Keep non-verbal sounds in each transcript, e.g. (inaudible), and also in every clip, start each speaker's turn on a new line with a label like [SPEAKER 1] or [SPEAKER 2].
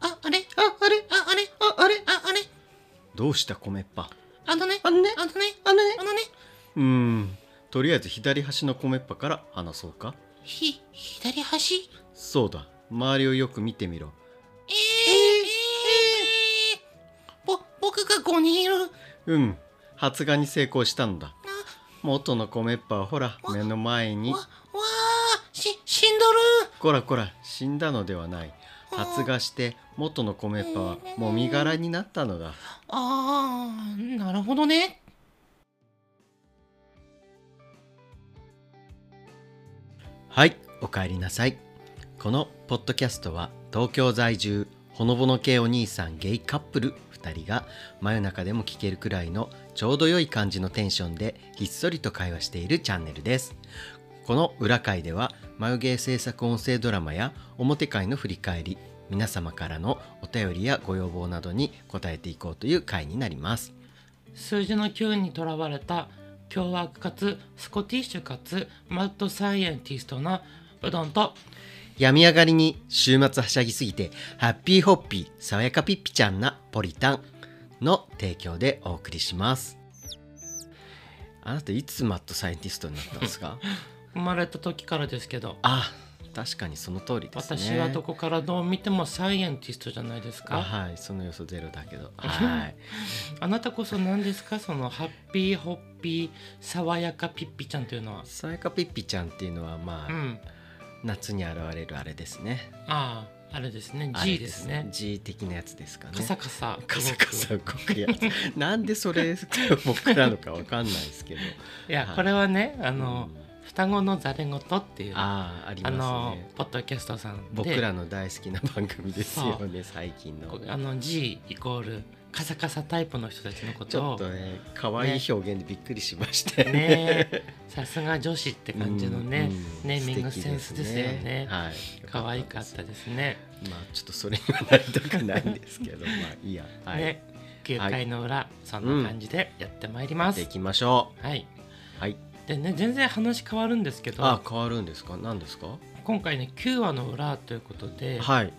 [SPEAKER 1] あれああれああれああれああれ
[SPEAKER 2] どうした米っぱ
[SPEAKER 1] あのね
[SPEAKER 2] あのね
[SPEAKER 1] あのね
[SPEAKER 2] あのね
[SPEAKER 1] あのね
[SPEAKER 2] うーんとりあえず左端の米っぱから話そうか
[SPEAKER 1] ひ左端
[SPEAKER 2] そうだ周りをよく見てみろ
[SPEAKER 1] えー、えー、ぼ僕が5人いる
[SPEAKER 2] うん発芽に成功したんだ
[SPEAKER 1] な
[SPEAKER 2] 元の米っぱはほら目の前に
[SPEAKER 1] わわあし死んどる
[SPEAKER 2] こらこら死んだのではない発芽して元の米っぱはもみ殻になったのだ
[SPEAKER 1] あーなるほどね
[SPEAKER 2] はいおかえりなさいこのポッドキャストは東京在住ほのぼの系お兄さんゲイカップル2人が真夜中でも聞けるくらいのちょうど良い感じのテンションでひっそりと会話しているチャンネルですこの裏会では眉毛制作音声ドラマや表会の振り返り皆様からのお便りやご要望などに答えていこうという会になります
[SPEAKER 1] 数字の9にとらわれた凶悪かつスコティッシュかつマッドサイエンティストなうどんと
[SPEAKER 2] 病み上がりに週末はしゃぎすぎてハッピーホッピー爽やかピッピちゃんなポリタンの提供でお送りしますあなたいつマッドサイエンティストになったんですか
[SPEAKER 1] (laughs) 生まれた時からですけど
[SPEAKER 2] あ確かにその通りですね
[SPEAKER 1] 私はどこからどう見てもサイエンティストじゃないです
[SPEAKER 2] あ
[SPEAKER 1] か
[SPEAKER 2] はいその要素ゼロだ
[SPEAKER 1] (laughs)
[SPEAKER 2] けどはい
[SPEAKER 1] あなたこそ何ですかそのハッピーホッピー爽やかピッピちゃんというのは
[SPEAKER 2] 爽やかピッピちゃんっていうのはまあ、
[SPEAKER 1] うん
[SPEAKER 2] 夏に現れるあれですね
[SPEAKER 1] あああれですね
[SPEAKER 2] あれ
[SPEAKER 1] G ですね
[SPEAKER 2] G 的なやつですかね
[SPEAKER 1] カサカサ
[SPEAKER 2] カサカサ動くやつなんでそれ僕らのかわかんないですけど
[SPEAKER 1] いや
[SPEAKER 2] はい
[SPEAKER 1] これはねあの、
[SPEAKER 2] うん
[SPEAKER 1] 双子のざれ言っていうあ
[SPEAKER 2] ああありま
[SPEAKER 1] の
[SPEAKER 2] すね
[SPEAKER 1] ポッドキャストさんで
[SPEAKER 2] 僕らの大好きな番組ですよね最近の
[SPEAKER 1] あの G イコールカサカサタイプの人たちのこ
[SPEAKER 2] ちょ
[SPEAKER 1] と
[SPEAKER 2] っ
[SPEAKER 1] を
[SPEAKER 2] とね可愛い表現でびっくりしましたよね
[SPEAKER 1] ねさすが女子って感じのね、
[SPEAKER 2] うん
[SPEAKER 1] ネーミング
[SPEAKER 2] 素敵
[SPEAKER 1] センスですよね
[SPEAKER 2] はい
[SPEAKER 1] 可愛かったですね、
[SPEAKER 2] まあちょっとそれにはなりたくないんで
[SPEAKER 1] (laughs)
[SPEAKER 2] すけどまあいいやはいや
[SPEAKER 1] ね9回の裏、そんな感じでやってまいりま
[SPEAKER 2] っ
[SPEAKER 1] す、
[SPEAKER 2] ていきましょ
[SPEAKER 1] はい、
[SPEAKER 2] うはい
[SPEAKER 1] でね全然話変わるんですけ
[SPEAKER 2] あ
[SPEAKER 1] ど
[SPEAKER 2] 変わるんですか何ですか
[SPEAKER 1] 今回ね9話の裏ということで、
[SPEAKER 2] はい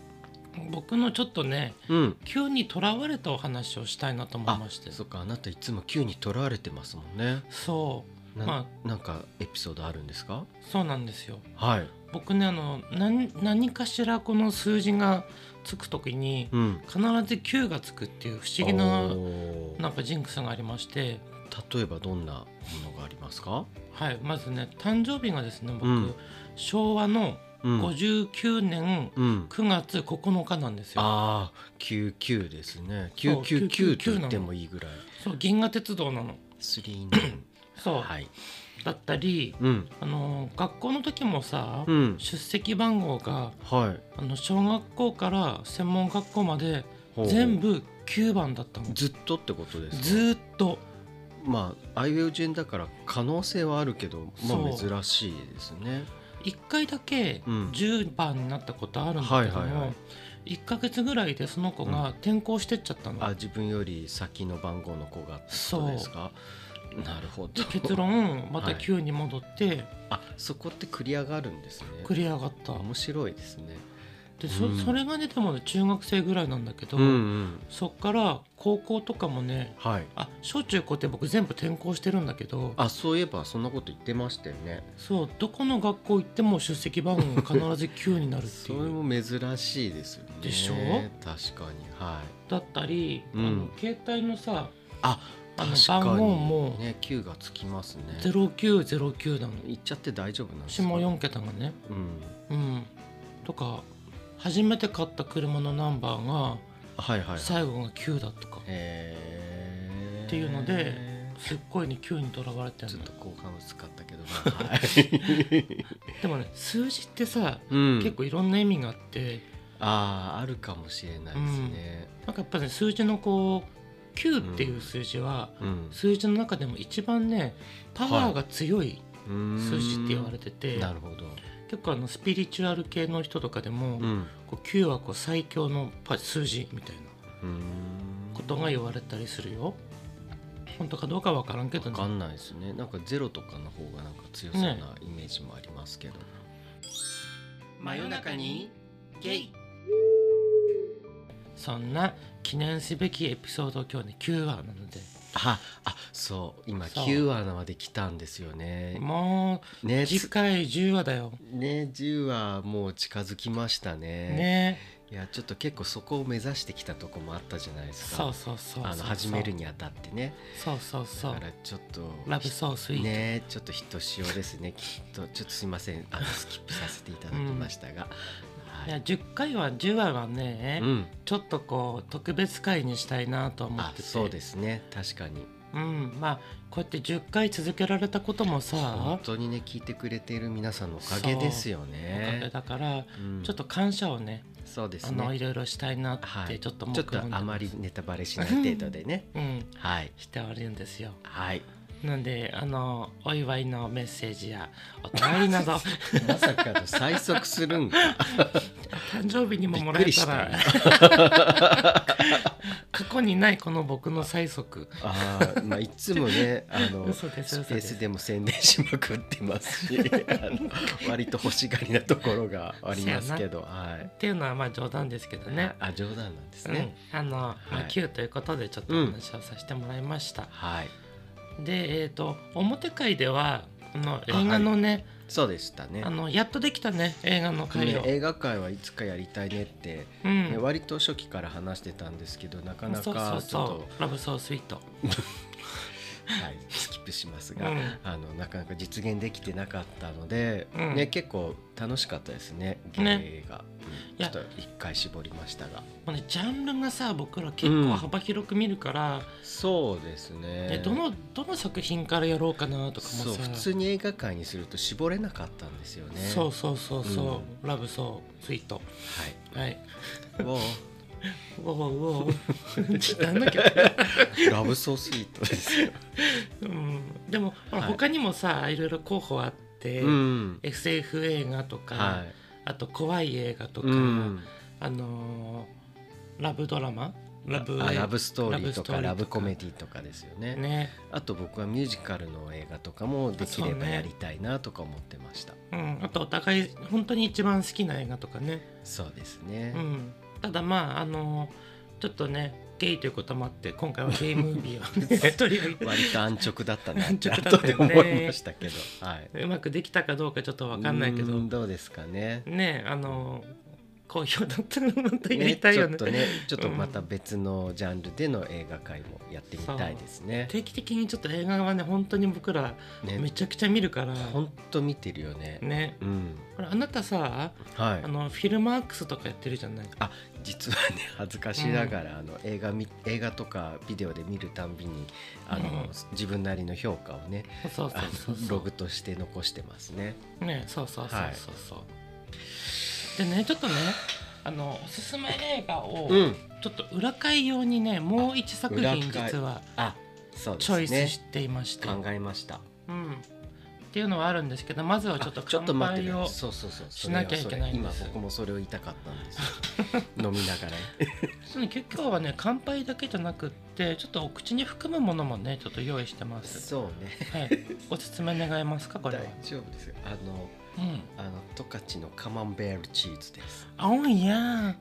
[SPEAKER 1] 僕のちょっとね
[SPEAKER 2] うん
[SPEAKER 1] 9にとらわれたお話をしたいなと思い
[SPEAKER 2] あ
[SPEAKER 1] まして
[SPEAKER 2] そっかあなたいつも急にとらわれてますもんね
[SPEAKER 1] そう
[SPEAKER 2] な
[SPEAKER 1] ま
[SPEAKER 2] なんかエピソードあるんですか
[SPEAKER 1] そうなんですよ
[SPEAKER 2] はい
[SPEAKER 1] 僕ねあの何何かしらこの数字がつく時に
[SPEAKER 2] うん
[SPEAKER 1] 必ず9がつくっていう不思議な
[SPEAKER 2] おー
[SPEAKER 1] なんかジンクスがありまして、
[SPEAKER 2] 例えばどんなものがありますか、
[SPEAKER 1] はい、まずね誕生日がですね僕、
[SPEAKER 2] うん
[SPEAKER 1] 昭和の
[SPEAKER 2] うん
[SPEAKER 1] 59年
[SPEAKER 2] うん、
[SPEAKER 1] 9月9日なんですよ。
[SPEAKER 2] ああ99ですね
[SPEAKER 1] そう
[SPEAKER 2] 999
[SPEAKER 1] 999
[SPEAKER 2] と言ってもいいぐらい
[SPEAKER 1] そう銀河鉄道なの
[SPEAKER 2] 39
[SPEAKER 1] そう、
[SPEAKER 2] はい
[SPEAKER 1] だったり
[SPEAKER 2] うん
[SPEAKER 1] あの学校の時もさ、
[SPEAKER 2] うん
[SPEAKER 1] 出席番号が
[SPEAKER 2] はい
[SPEAKER 1] あの小学校から専門学校まで
[SPEAKER 2] ほう
[SPEAKER 1] 全部9番だったの。
[SPEAKER 2] ずっとってことですか
[SPEAKER 1] ずーっと
[SPEAKER 2] まああいうえ順だから可能性はあるけどまあ
[SPEAKER 1] そう
[SPEAKER 2] 珍しいですね
[SPEAKER 1] 1回だけ
[SPEAKER 2] うん
[SPEAKER 1] 10番になったことあるんだけども、
[SPEAKER 2] はいはいはい
[SPEAKER 1] 1ヶ月ぐらいでその子が転校してっちゃったの、
[SPEAKER 2] あ自分より先の番号の子がってことですかなるほ
[SPEAKER 1] で
[SPEAKER 2] ど
[SPEAKER 1] 結論また
[SPEAKER 2] はい
[SPEAKER 1] 9に戻って
[SPEAKER 2] あそこって繰り上がるんですね
[SPEAKER 1] 繰り上がった、
[SPEAKER 2] 面白いですね
[SPEAKER 1] でそ
[SPEAKER 2] うん
[SPEAKER 1] それが出てもね中学生ぐらいなんだけど、
[SPEAKER 2] うんうん
[SPEAKER 1] そっから高校とかもね
[SPEAKER 2] はい
[SPEAKER 1] あ小中高って僕全部転校してるんだけど
[SPEAKER 2] あそういえばそんなこと言ってましたよね
[SPEAKER 1] そうどこの学校行っても出席番号が必ず9になるって
[SPEAKER 2] そ
[SPEAKER 1] い
[SPEAKER 2] れ
[SPEAKER 1] う
[SPEAKER 2] も珍しいですよね
[SPEAKER 1] でしょ
[SPEAKER 2] 確かにはい
[SPEAKER 1] だったり、
[SPEAKER 2] うん
[SPEAKER 1] あの携帯のさ
[SPEAKER 2] あ
[SPEAKER 1] あの
[SPEAKER 2] 確かに
[SPEAKER 1] 番号も
[SPEAKER 2] ね9がつきますね
[SPEAKER 1] 0909なの
[SPEAKER 2] いっちゃって大丈夫なんです
[SPEAKER 1] 下
[SPEAKER 2] か
[SPEAKER 1] 4桁がね
[SPEAKER 2] うん
[SPEAKER 1] うん、とか初めて買った車のナンバー
[SPEAKER 2] はいはいは
[SPEAKER 1] が
[SPEAKER 2] い
[SPEAKER 1] 最後が9だとか、
[SPEAKER 2] えー
[SPEAKER 1] っていうのですっごいね9にとらわれてる
[SPEAKER 2] ちょっ
[SPEAKER 1] の
[SPEAKER 2] と好感を使った
[SPEAKER 1] (laughs)
[SPEAKER 2] けど、まあはい、
[SPEAKER 1] でもね数字ってさ、
[SPEAKER 2] うん
[SPEAKER 1] 結構いろんな意味があって
[SPEAKER 2] あーあるかもしれないですね
[SPEAKER 1] なんかやっぱね数字のこう9っていう数字は、
[SPEAKER 2] うん
[SPEAKER 1] 数字の中でも一番ねパワーが強い数字って言われ
[SPEAKER 2] て
[SPEAKER 1] てて、
[SPEAKER 2] なるほど、
[SPEAKER 1] 結構あのスピリチュアル系の人とかでも、
[SPEAKER 2] うん
[SPEAKER 1] こう9はこう最強のパ数字みたいな
[SPEAKER 2] うん
[SPEAKER 1] ことが言われたりするよ。本当かどうかわからんけど
[SPEAKER 2] わ
[SPEAKER 1] ね
[SPEAKER 2] かんないですねなんかゼロとかの方がなんか強そうなイメージもありますけど、
[SPEAKER 1] 真夜中にゲイそんな記念すべきエピソード今日ね9話なので
[SPEAKER 2] ああそう今
[SPEAKER 1] そう
[SPEAKER 2] 9話まで来たんですよね
[SPEAKER 1] もう
[SPEAKER 2] ね
[SPEAKER 1] 次
[SPEAKER 2] つ
[SPEAKER 1] 回10話だよ
[SPEAKER 2] ね10話もう近づきましたね
[SPEAKER 1] ね
[SPEAKER 2] いやちょっと結構そこを目指してきたとこもあったじゃないです
[SPEAKER 1] そ
[SPEAKER 2] か
[SPEAKER 1] うそうそう
[SPEAKER 2] あの始めるにあたってね
[SPEAKER 1] そうそうそう
[SPEAKER 2] だからちょっと
[SPEAKER 1] ラブソースイート、
[SPEAKER 2] ねちょっとひとしおですねきっとちょっとすいませんあのスキップさせていただきましたが、
[SPEAKER 1] い
[SPEAKER 2] は
[SPEAKER 1] や
[SPEAKER 2] い、
[SPEAKER 1] 10回は10話はね、
[SPEAKER 2] うん
[SPEAKER 1] ちょっとこう特別回にしたいなと思っ
[SPEAKER 2] あ
[SPEAKER 1] てて
[SPEAKER 2] そうですね確かに
[SPEAKER 1] うんまあこうやって10回続けられたこともさ
[SPEAKER 2] 本当にね聞いてくれている皆さんのおかげですよ
[SPEAKER 1] おかげ
[SPEAKER 2] ね
[SPEAKER 1] だから
[SPEAKER 2] うん
[SPEAKER 1] ちょっと感謝をね、
[SPEAKER 2] そうです
[SPEAKER 1] あのい
[SPEAKER 2] ね
[SPEAKER 1] ろいろしたいなっ
[SPEAKER 2] は
[SPEAKER 1] て
[SPEAKER 2] い
[SPEAKER 1] ちょっとも
[SPEAKER 2] ちょっとあまりネタバレしない程度でね
[SPEAKER 1] うん
[SPEAKER 2] はい
[SPEAKER 1] しておるんですよ
[SPEAKER 2] はい
[SPEAKER 1] なんであのお祝いのメッセージやお便りな
[SPEAKER 2] (laughs)
[SPEAKER 1] ど
[SPEAKER 2] まさかの最速する
[SPEAKER 1] (laughs)
[SPEAKER 2] んか
[SPEAKER 1] 誕生日にももら
[SPEAKER 2] び
[SPEAKER 1] え
[SPEAKER 2] っくりした
[SPEAKER 1] ら
[SPEAKER 2] た
[SPEAKER 1] (laughs) 過去にないこの僕の最速
[SPEAKER 2] あーまあいつもねあの
[SPEAKER 1] 嘘です
[SPEAKER 2] ス
[SPEAKER 1] 嘘
[SPEAKER 2] ペー
[SPEAKER 1] です
[SPEAKER 2] スでも宣伝しまくってま
[SPEAKER 1] (laughs)
[SPEAKER 2] すしあの割と欲しがりなところがありますけどはい
[SPEAKER 1] っていうのはまあ冗談ですけどね
[SPEAKER 2] あ冗談なんですね、
[SPEAKER 1] うん、あの、ま
[SPEAKER 2] は
[SPEAKER 1] あ
[SPEAKER 2] い
[SPEAKER 1] Q ということでちょっとお話をさせてもらいました、
[SPEAKER 2] はい
[SPEAKER 1] でえっ、と表会ではあの映画のね
[SPEAKER 2] そうでしたね
[SPEAKER 1] あのやっとできたね映画の会
[SPEAKER 2] ね
[SPEAKER 1] を、
[SPEAKER 2] 映画界はいつかやりたいねって、
[SPEAKER 1] うん
[SPEAKER 2] ね割と初期から話してたんですけどなかな
[SPEAKER 1] そうそ
[SPEAKER 2] か
[SPEAKER 1] う
[SPEAKER 2] ちょっと
[SPEAKER 1] そうラブソースイート、
[SPEAKER 2] はい、スキップします
[SPEAKER 1] う
[SPEAKER 2] が、
[SPEAKER 1] ん、
[SPEAKER 2] あのなかなか実現できてなかったので、
[SPEAKER 1] うん
[SPEAKER 2] ね結構楽しかったですね
[SPEAKER 1] ね
[SPEAKER 2] 芸が、うん
[SPEAKER 1] い
[SPEAKER 2] ちょ
[SPEAKER 1] や
[SPEAKER 2] っと一回絞りましたが
[SPEAKER 1] もうねジャンルがさ僕ら結構幅広く見るから、
[SPEAKER 2] そうですね
[SPEAKER 1] ねどのどの作品からやろうかなとかも
[SPEAKER 2] そう
[SPEAKER 1] さ
[SPEAKER 2] 普通に映画界にすると絞れなかったんですよね
[SPEAKER 1] そうそうそうそう
[SPEAKER 2] う
[SPEAKER 1] ラブソースイート (laughs)
[SPEAKER 2] (laughs)
[SPEAKER 1] はい
[SPEAKER 2] はいも
[SPEAKER 1] うおうお
[SPEAKER 2] (laughs)
[SPEAKER 1] うちょっとなんだっけ
[SPEAKER 2] うラブソースイートですよ、
[SPEAKER 1] うんでも、ほら
[SPEAKER 2] はい
[SPEAKER 1] 他にもさいろいろ候補あって、
[SPEAKER 2] うん、
[SPEAKER 1] SF 映画とか、
[SPEAKER 2] はい
[SPEAKER 1] あと怖い映画とか、
[SPEAKER 2] うん
[SPEAKER 1] あのーラブドラマラブ
[SPEAKER 2] あ
[SPEAKER 1] 映画
[SPEAKER 2] ラブストーリーとかラブ
[SPEAKER 1] ラブストーリーとか
[SPEAKER 2] コメディとかですよね
[SPEAKER 1] ね、
[SPEAKER 2] あと僕はミュージカルの映画とかもでき
[SPEAKER 1] あそ
[SPEAKER 2] れ
[SPEAKER 1] う
[SPEAKER 2] ば
[SPEAKER 1] ね
[SPEAKER 2] やりたいなとか思ってました
[SPEAKER 1] うん、あとお互い本当に一番好きな映画とかね、
[SPEAKER 2] そう,、ですね、
[SPEAKER 1] うん、ただまああのーちょっとねゲイということもあって今回はゲイムービーを、
[SPEAKER 2] (laughs)
[SPEAKER 1] ね、取り上げて
[SPEAKER 2] 割と安直だったなっ
[SPEAKER 1] (laughs) 安
[SPEAKER 2] て
[SPEAKER 1] 直だ
[SPEAKER 2] 後
[SPEAKER 1] った
[SPEAKER 2] で
[SPEAKER 1] よね
[SPEAKER 2] 思いましたけど、はいう
[SPEAKER 1] まくできたかどうかちょっとわかんないけ
[SPEAKER 2] う
[SPEAKER 1] ど
[SPEAKER 2] んどうですかね
[SPEAKER 1] ねあのー好評だったらまたやりたいよね
[SPEAKER 2] ねちょっとねちょっとまた別のジャンルでの映画界もやってみたいですね、
[SPEAKER 1] 定期的にちょっと映画はね本当に僕らめ
[SPEAKER 2] ね
[SPEAKER 1] ちゃくちゃ見るから、
[SPEAKER 2] ほんと見てるよね
[SPEAKER 1] ね
[SPEAKER 2] うん
[SPEAKER 1] これあなたさ
[SPEAKER 2] は
[SPEAKER 1] あ
[SPEAKER 2] い
[SPEAKER 1] のフィルマークスとかやってるじゃない
[SPEAKER 2] 実はね恥ずかしながら、あの映画み映画とかビデオで見るたんびにあの、
[SPEAKER 1] うん
[SPEAKER 2] 自分なりの評価をね
[SPEAKER 1] そうそう
[SPEAKER 2] あ
[SPEAKER 1] そう
[SPEAKER 2] の
[SPEAKER 1] そ
[SPEAKER 2] ロ
[SPEAKER 1] う
[SPEAKER 2] グとして残してますね
[SPEAKER 1] ねそうそうそう
[SPEAKER 2] はい
[SPEAKER 1] そうそう、でねちょっとねあのおすすめ映画を
[SPEAKER 2] うん
[SPEAKER 1] ちょっと裏会用にねもう一作
[SPEAKER 2] あ裏
[SPEAKER 1] 品
[SPEAKER 2] 会
[SPEAKER 1] 実は
[SPEAKER 2] あそうで
[SPEAKER 1] チョイ
[SPEAKER 2] す
[SPEAKER 1] ス
[SPEAKER 2] ね
[SPEAKER 1] していまして、
[SPEAKER 2] 考えました
[SPEAKER 1] うん、っていうのはあるんですけどまずはちょっと
[SPEAKER 2] あちょっと
[SPEAKER 1] 乾
[SPEAKER 2] 待って
[SPEAKER 1] 杯
[SPEAKER 2] ね
[SPEAKER 1] を
[SPEAKER 2] そうそうそう
[SPEAKER 1] しなきゃいけないんです
[SPEAKER 2] それはそれ今僕もそれを言いたかったんで
[SPEAKER 1] (laughs)
[SPEAKER 2] すよ飲みながら
[SPEAKER 1] その今日はね乾杯だけじゃなくってちょっとお口に含むものもねちょっと用意して
[SPEAKER 2] (laughs)
[SPEAKER 1] ます、
[SPEAKER 2] そうね
[SPEAKER 1] はい、おすすめ願えますかこ
[SPEAKER 2] 大
[SPEAKER 1] れは、
[SPEAKER 2] 丈夫ですよあの
[SPEAKER 1] うん、
[SPEAKER 2] あの十勝のカマンベールチーズです
[SPEAKER 1] あおんやー
[SPEAKER 2] いや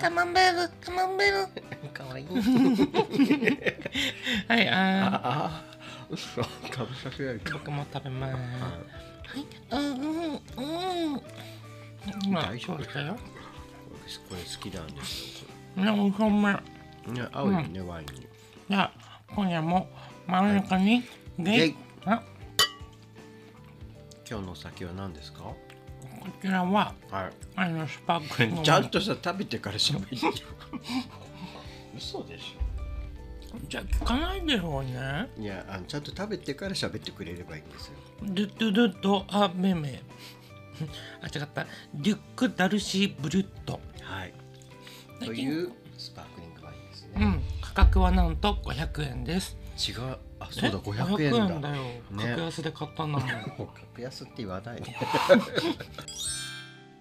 [SPEAKER 1] カマンベールカマンベール
[SPEAKER 2] ー
[SPEAKER 1] (laughs)
[SPEAKER 2] か (laughs) わいい
[SPEAKER 1] はいあ
[SPEAKER 2] ああ嘘かぶられる
[SPEAKER 1] ー
[SPEAKER 2] か
[SPEAKER 1] 僕も食べます
[SPEAKER 2] あ
[SPEAKER 1] はいうんうんうん今
[SPEAKER 2] 大丈夫
[SPEAKER 1] そうだよ
[SPEAKER 2] 私これ好きなんですよ
[SPEAKER 1] ねおほんま
[SPEAKER 2] これね合うよね、ワインに
[SPEAKER 1] じゃあ今夜も真ん中にゲイ、
[SPEAKER 2] ゲイ
[SPEAKER 1] あ
[SPEAKER 2] 今日のお酒は何ですか
[SPEAKER 1] こちらは
[SPEAKER 2] は
[SPEAKER 1] あのスパークリング
[SPEAKER 2] いちゃんとさ食べてから喋ってよ嘘でし
[SPEAKER 1] じゃあ聞かないでしょうね
[SPEAKER 2] ょいやあのちゃんと食べてから喋ってくれればいいんですよ
[SPEAKER 1] ドゥドゥドゥドアメメ (laughs) あ違ったリュックダルシーブリュット
[SPEAKER 2] はい
[SPEAKER 1] 最
[SPEAKER 2] と
[SPEAKER 1] 近
[SPEAKER 2] いうスパークリングワインですね、
[SPEAKER 1] うん価格はなんと500円です
[SPEAKER 2] 違うあそうだ
[SPEAKER 1] え
[SPEAKER 2] 500円だ
[SPEAKER 1] 500よ格安で買ったんだもん
[SPEAKER 2] もう格安って言わない (laughs) ね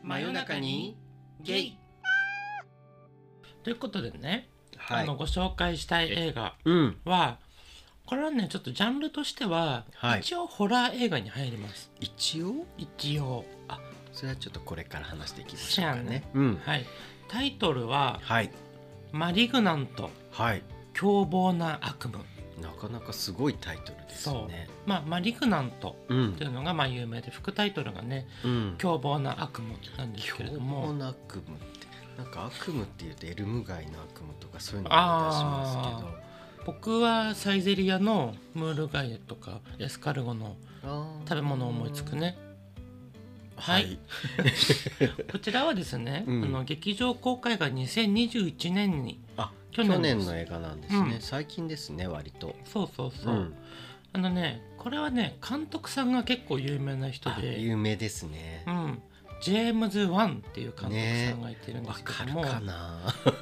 [SPEAKER 1] 真夜中にゲイということでね、
[SPEAKER 2] は
[SPEAKER 1] あの
[SPEAKER 2] い
[SPEAKER 1] ご紹介したい映画
[SPEAKER 2] うん
[SPEAKER 1] はこれはねちょっとジャンルとしては、
[SPEAKER 2] はい
[SPEAKER 1] 一応ホラー映画に入ります
[SPEAKER 2] 一応
[SPEAKER 1] 一応
[SPEAKER 2] それはちょっとこれから話していきましょうか
[SPEAKER 1] そうやね
[SPEAKER 2] ねうん
[SPEAKER 1] はいタイトルは
[SPEAKER 2] はい
[SPEAKER 1] 「マリグナント
[SPEAKER 2] はい
[SPEAKER 1] 凶暴な悪夢
[SPEAKER 2] なかなかすごいタイトルですね
[SPEAKER 1] まあマリグナント
[SPEAKER 2] う
[SPEAKER 1] とい
[SPEAKER 2] ん
[SPEAKER 1] うのがまあ有名で副タイトルがね
[SPEAKER 2] うん
[SPEAKER 1] 凶暴な悪夢なんですけれど
[SPEAKER 2] 凶暴
[SPEAKER 1] も
[SPEAKER 2] な悪夢ってなんか悪夢っていうとエルム街の悪夢とかそういうのが出します
[SPEAKER 1] 僕はサイゼリヤのムール貝とかエスカルゴの
[SPEAKER 2] けど
[SPEAKER 1] 食べ物を思いつくね
[SPEAKER 2] は
[SPEAKER 1] はいいこちらはですね、
[SPEAKER 2] うん
[SPEAKER 1] あの劇場公開が2021年に
[SPEAKER 2] あ去
[SPEAKER 1] 去
[SPEAKER 2] 年
[SPEAKER 1] 年
[SPEAKER 2] の映画なんですね、
[SPEAKER 1] うん
[SPEAKER 2] 最近ですね割と
[SPEAKER 1] そうそうそう、
[SPEAKER 2] ん
[SPEAKER 1] あのねこれはね監督さんが結構有名な人
[SPEAKER 2] あ
[SPEAKER 1] で、
[SPEAKER 2] 有名ですね
[SPEAKER 1] う、ん、ジェームズ・ワンっていう監督さんがいてるんで
[SPEAKER 2] わ
[SPEAKER 1] す
[SPEAKER 2] か
[SPEAKER 1] けど
[SPEAKER 2] る
[SPEAKER 1] も、
[SPEAKER 2] かな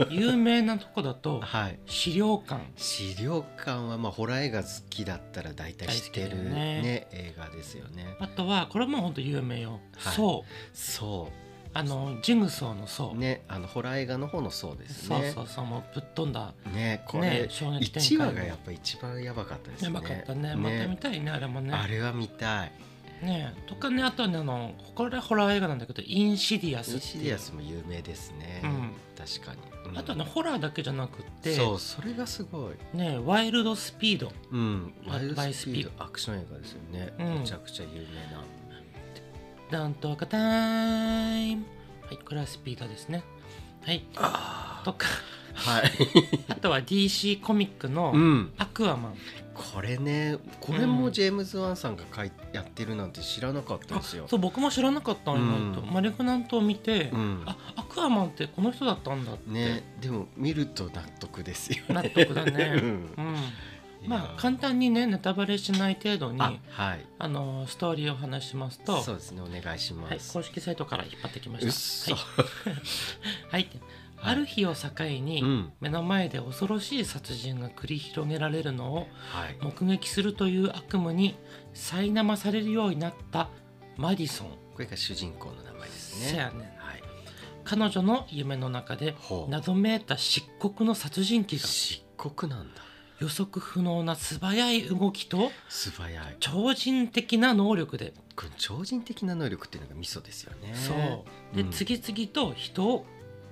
[SPEAKER 1] 有名なとこだと
[SPEAKER 2] はい
[SPEAKER 1] 資料館
[SPEAKER 2] 資料館はまあホラー映画好きだったら大体知ってる
[SPEAKER 1] 大好きだ
[SPEAKER 2] ね
[SPEAKER 1] よね
[SPEAKER 2] 映画ですよね
[SPEAKER 1] あとはこれも本当有名よ、
[SPEAKER 2] はい
[SPEAKER 1] そう
[SPEAKER 2] そ
[SPEAKER 1] あのジグソーのそう
[SPEAKER 2] うねあのホラー映画の方のそうです
[SPEAKER 1] そう
[SPEAKER 2] ね
[SPEAKER 1] そうそうもうぶっ飛んだ
[SPEAKER 2] ねこれ
[SPEAKER 1] ね衝撃展
[SPEAKER 2] 一
[SPEAKER 1] 開の
[SPEAKER 2] 話がやっぱ一番やばかったですね
[SPEAKER 1] やばかったねまた見たいねあれもね
[SPEAKER 2] あれは見たい
[SPEAKER 1] ねとかねあとはねあのこれホラー映画なんだけどインシディア
[SPEAKER 2] イ
[SPEAKER 1] ス
[SPEAKER 2] ン
[SPEAKER 1] っていう
[SPEAKER 2] シディアスも有名ですね、
[SPEAKER 1] うん
[SPEAKER 2] 確かに、うん
[SPEAKER 1] あとはねホラーだけじゃなくって
[SPEAKER 2] そうそれがすごい
[SPEAKER 1] ねワイルドスピード
[SPEAKER 2] うん、
[SPEAKER 1] ワ
[SPEAKER 2] ワ
[SPEAKER 1] イ
[SPEAKER 2] イ
[SPEAKER 1] ル
[SPEAKER 2] ル
[SPEAKER 1] ド
[SPEAKER 2] ド
[SPEAKER 1] ス
[SPEAKER 2] ス
[SPEAKER 1] ピ
[SPEAKER 2] ピ
[SPEAKER 1] ード
[SPEAKER 2] ードアクション映画ですよね、
[SPEAKER 1] うん
[SPEAKER 2] めちゃくちゃ有名な
[SPEAKER 1] なんとかタイムはいこれはスピードですねはい
[SPEAKER 2] あ (laughs)
[SPEAKER 1] とか
[SPEAKER 2] はい、
[SPEAKER 1] あとは DC コミックの
[SPEAKER 2] うん、
[SPEAKER 1] アクアマン
[SPEAKER 2] これねこれもジェームズ・ワンさんが書いやってるなんて知らなかったですよ、
[SPEAKER 1] そう僕も知らなかったの
[SPEAKER 2] うん
[SPEAKER 1] に、とマレグナントを見て、
[SPEAKER 2] うん
[SPEAKER 1] あアクアマンってこの人だったんだって、
[SPEAKER 2] ね、でも見ると納得ですよね
[SPEAKER 1] 納得だ
[SPEAKER 2] う (laughs)
[SPEAKER 1] ね、
[SPEAKER 2] ん
[SPEAKER 1] うん、
[SPEAKER 2] い
[SPEAKER 1] まあ
[SPEAKER 2] や
[SPEAKER 1] 簡単にねネタバレしない程度に
[SPEAKER 2] あ
[SPEAKER 1] あ
[SPEAKER 2] はい
[SPEAKER 1] のストーリーをお話ししますと
[SPEAKER 2] そうですねお願いしま
[SPEAKER 1] はい、
[SPEAKER 2] す、
[SPEAKER 1] 公式サイトから引っ張ってきま
[SPEAKER 2] うっ
[SPEAKER 1] し
[SPEAKER 2] そ、
[SPEAKER 1] た。はい、はいある日を境に、
[SPEAKER 2] うん
[SPEAKER 1] 目の前で恐ろしい殺人が繰り広げられるのを
[SPEAKER 2] はい
[SPEAKER 1] 目撃するという悪夢に苛まされるようになったマディソン、
[SPEAKER 2] これが主人公の名前です
[SPEAKER 1] せ
[SPEAKER 2] ね
[SPEAKER 1] やねん
[SPEAKER 2] はい
[SPEAKER 1] 彼女の夢の中で
[SPEAKER 2] ほう
[SPEAKER 1] 謎めいた漆黒の殺人鬼が
[SPEAKER 2] 漆黒なんだ
[SPEAKER 1] 予測不能な素早い動きと
[SPEAKER 2] 素早い
[SPEAKER 1] 超人的な能力で、
[SPEAKER 2] この超人的な能力っていうのがミソですよね
[SPEAKER 1] そうで、
[SPEAKER 2] うん
[SPEAKER 1] 次々と人を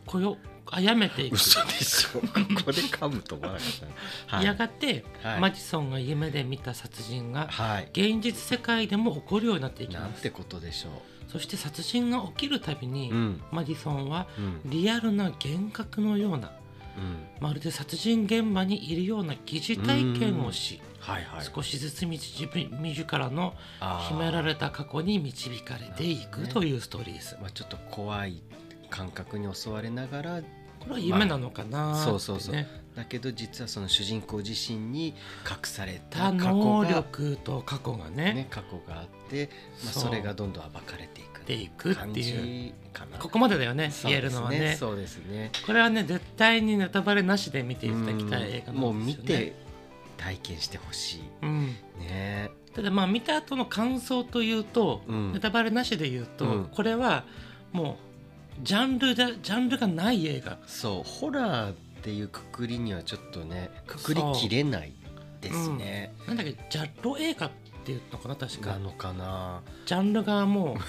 [SPEAKER 1] こよ殺めていく、
[SPEAKER 2] 嘘でし (laughs) ょここで噛むと思わなかった
[SPEAKER 1] やがて、
[SPEAKER 2] (laughs) はい
[SPEAKER 1] マディソンが夢で見た殺人が
[SPEAKER 2] はい
[SPEAKER 1] 現実世界でも起こるようになっていき
[SPEAKER 2] な
[SPEAKER 1] ま
[SPEAKER 2] ん
[SPEAKER 1] す
[SPEAKER 2] てことでしょ
[SPEAKER 1] そして殺人が起きるたびに、
[SPEAKER 2] ううん
[SPEAKER 1] マディソンは
[SPEAKER 2] うん
[SPEAKER 1] リアルな幻覚のような
[SPEAKER 2] うん
[SPEAKER 1] まるで殺人現場にいるような疑似体験をし、
[SPEAKER 2] はいはい
[SPEAKER 1] 少しずつ自分自らの
[SPEAKER 2] あー
[SPEAKER 1] 秘められた過去に導かれていくというストーリーです。
[SPEAKER 2] まあちょっと怖い感覚に襲われながら
[SPEAKER 1] これは夢なのかなーってね、
[SPEAKER 2] まあそうそうそうだけど実はその主人公自身に隠された
[SPEAKER 1] 他
[SPEAKER 2] 過去
[SPEAKER 1] 能
[SPEAKER 2] が
[SPEAKER 1] 力と過去がね
[SPEAKER 2] ね過去があってまあそれがどんどん暴かれていく
[SPEAKER 1] ていくっていう
[SPEAKER 2] 感じかな
[SPEAKER 1] ここまでだよね
[SPEAKER 2] そう
[SPEAKER 1] 言え
[SPEAKER 2] です
[SPEAKER 1] るのはね
[SPEAKER 2] そうですね
[SPEAKER 1] これはね絶対にネタバレなしで見ていただきたい映画なんですよ、ね、
[SPEAKER 2] もう見て、体験してほし
[SPEAKER 1] うん、
[SPEAKER 2] いね
[SPEAKER 1] ただまあ見た後の感想というと、
[SPEAKER 2] うん
[SPEAKER 1] ネタバレなしで言うと、
[SPEAKER 2] うん
[SPEAKER 1] これはもうジャンルでジャンルがない映画
[SPEAKER 2] そうホラーっていうくくりにはちょっとねくくりきれないですね、
[SPEAKER 1] なんだっけジャッロ映画っていうのかな確
[SPEAKER 2] な
[SPEAKER 1] か
[SPEAKER 2] のかな、
[SPEAKER 1] ジャンルが
[SPEAKER 2] (laughs)
[SPEAKER 1] もう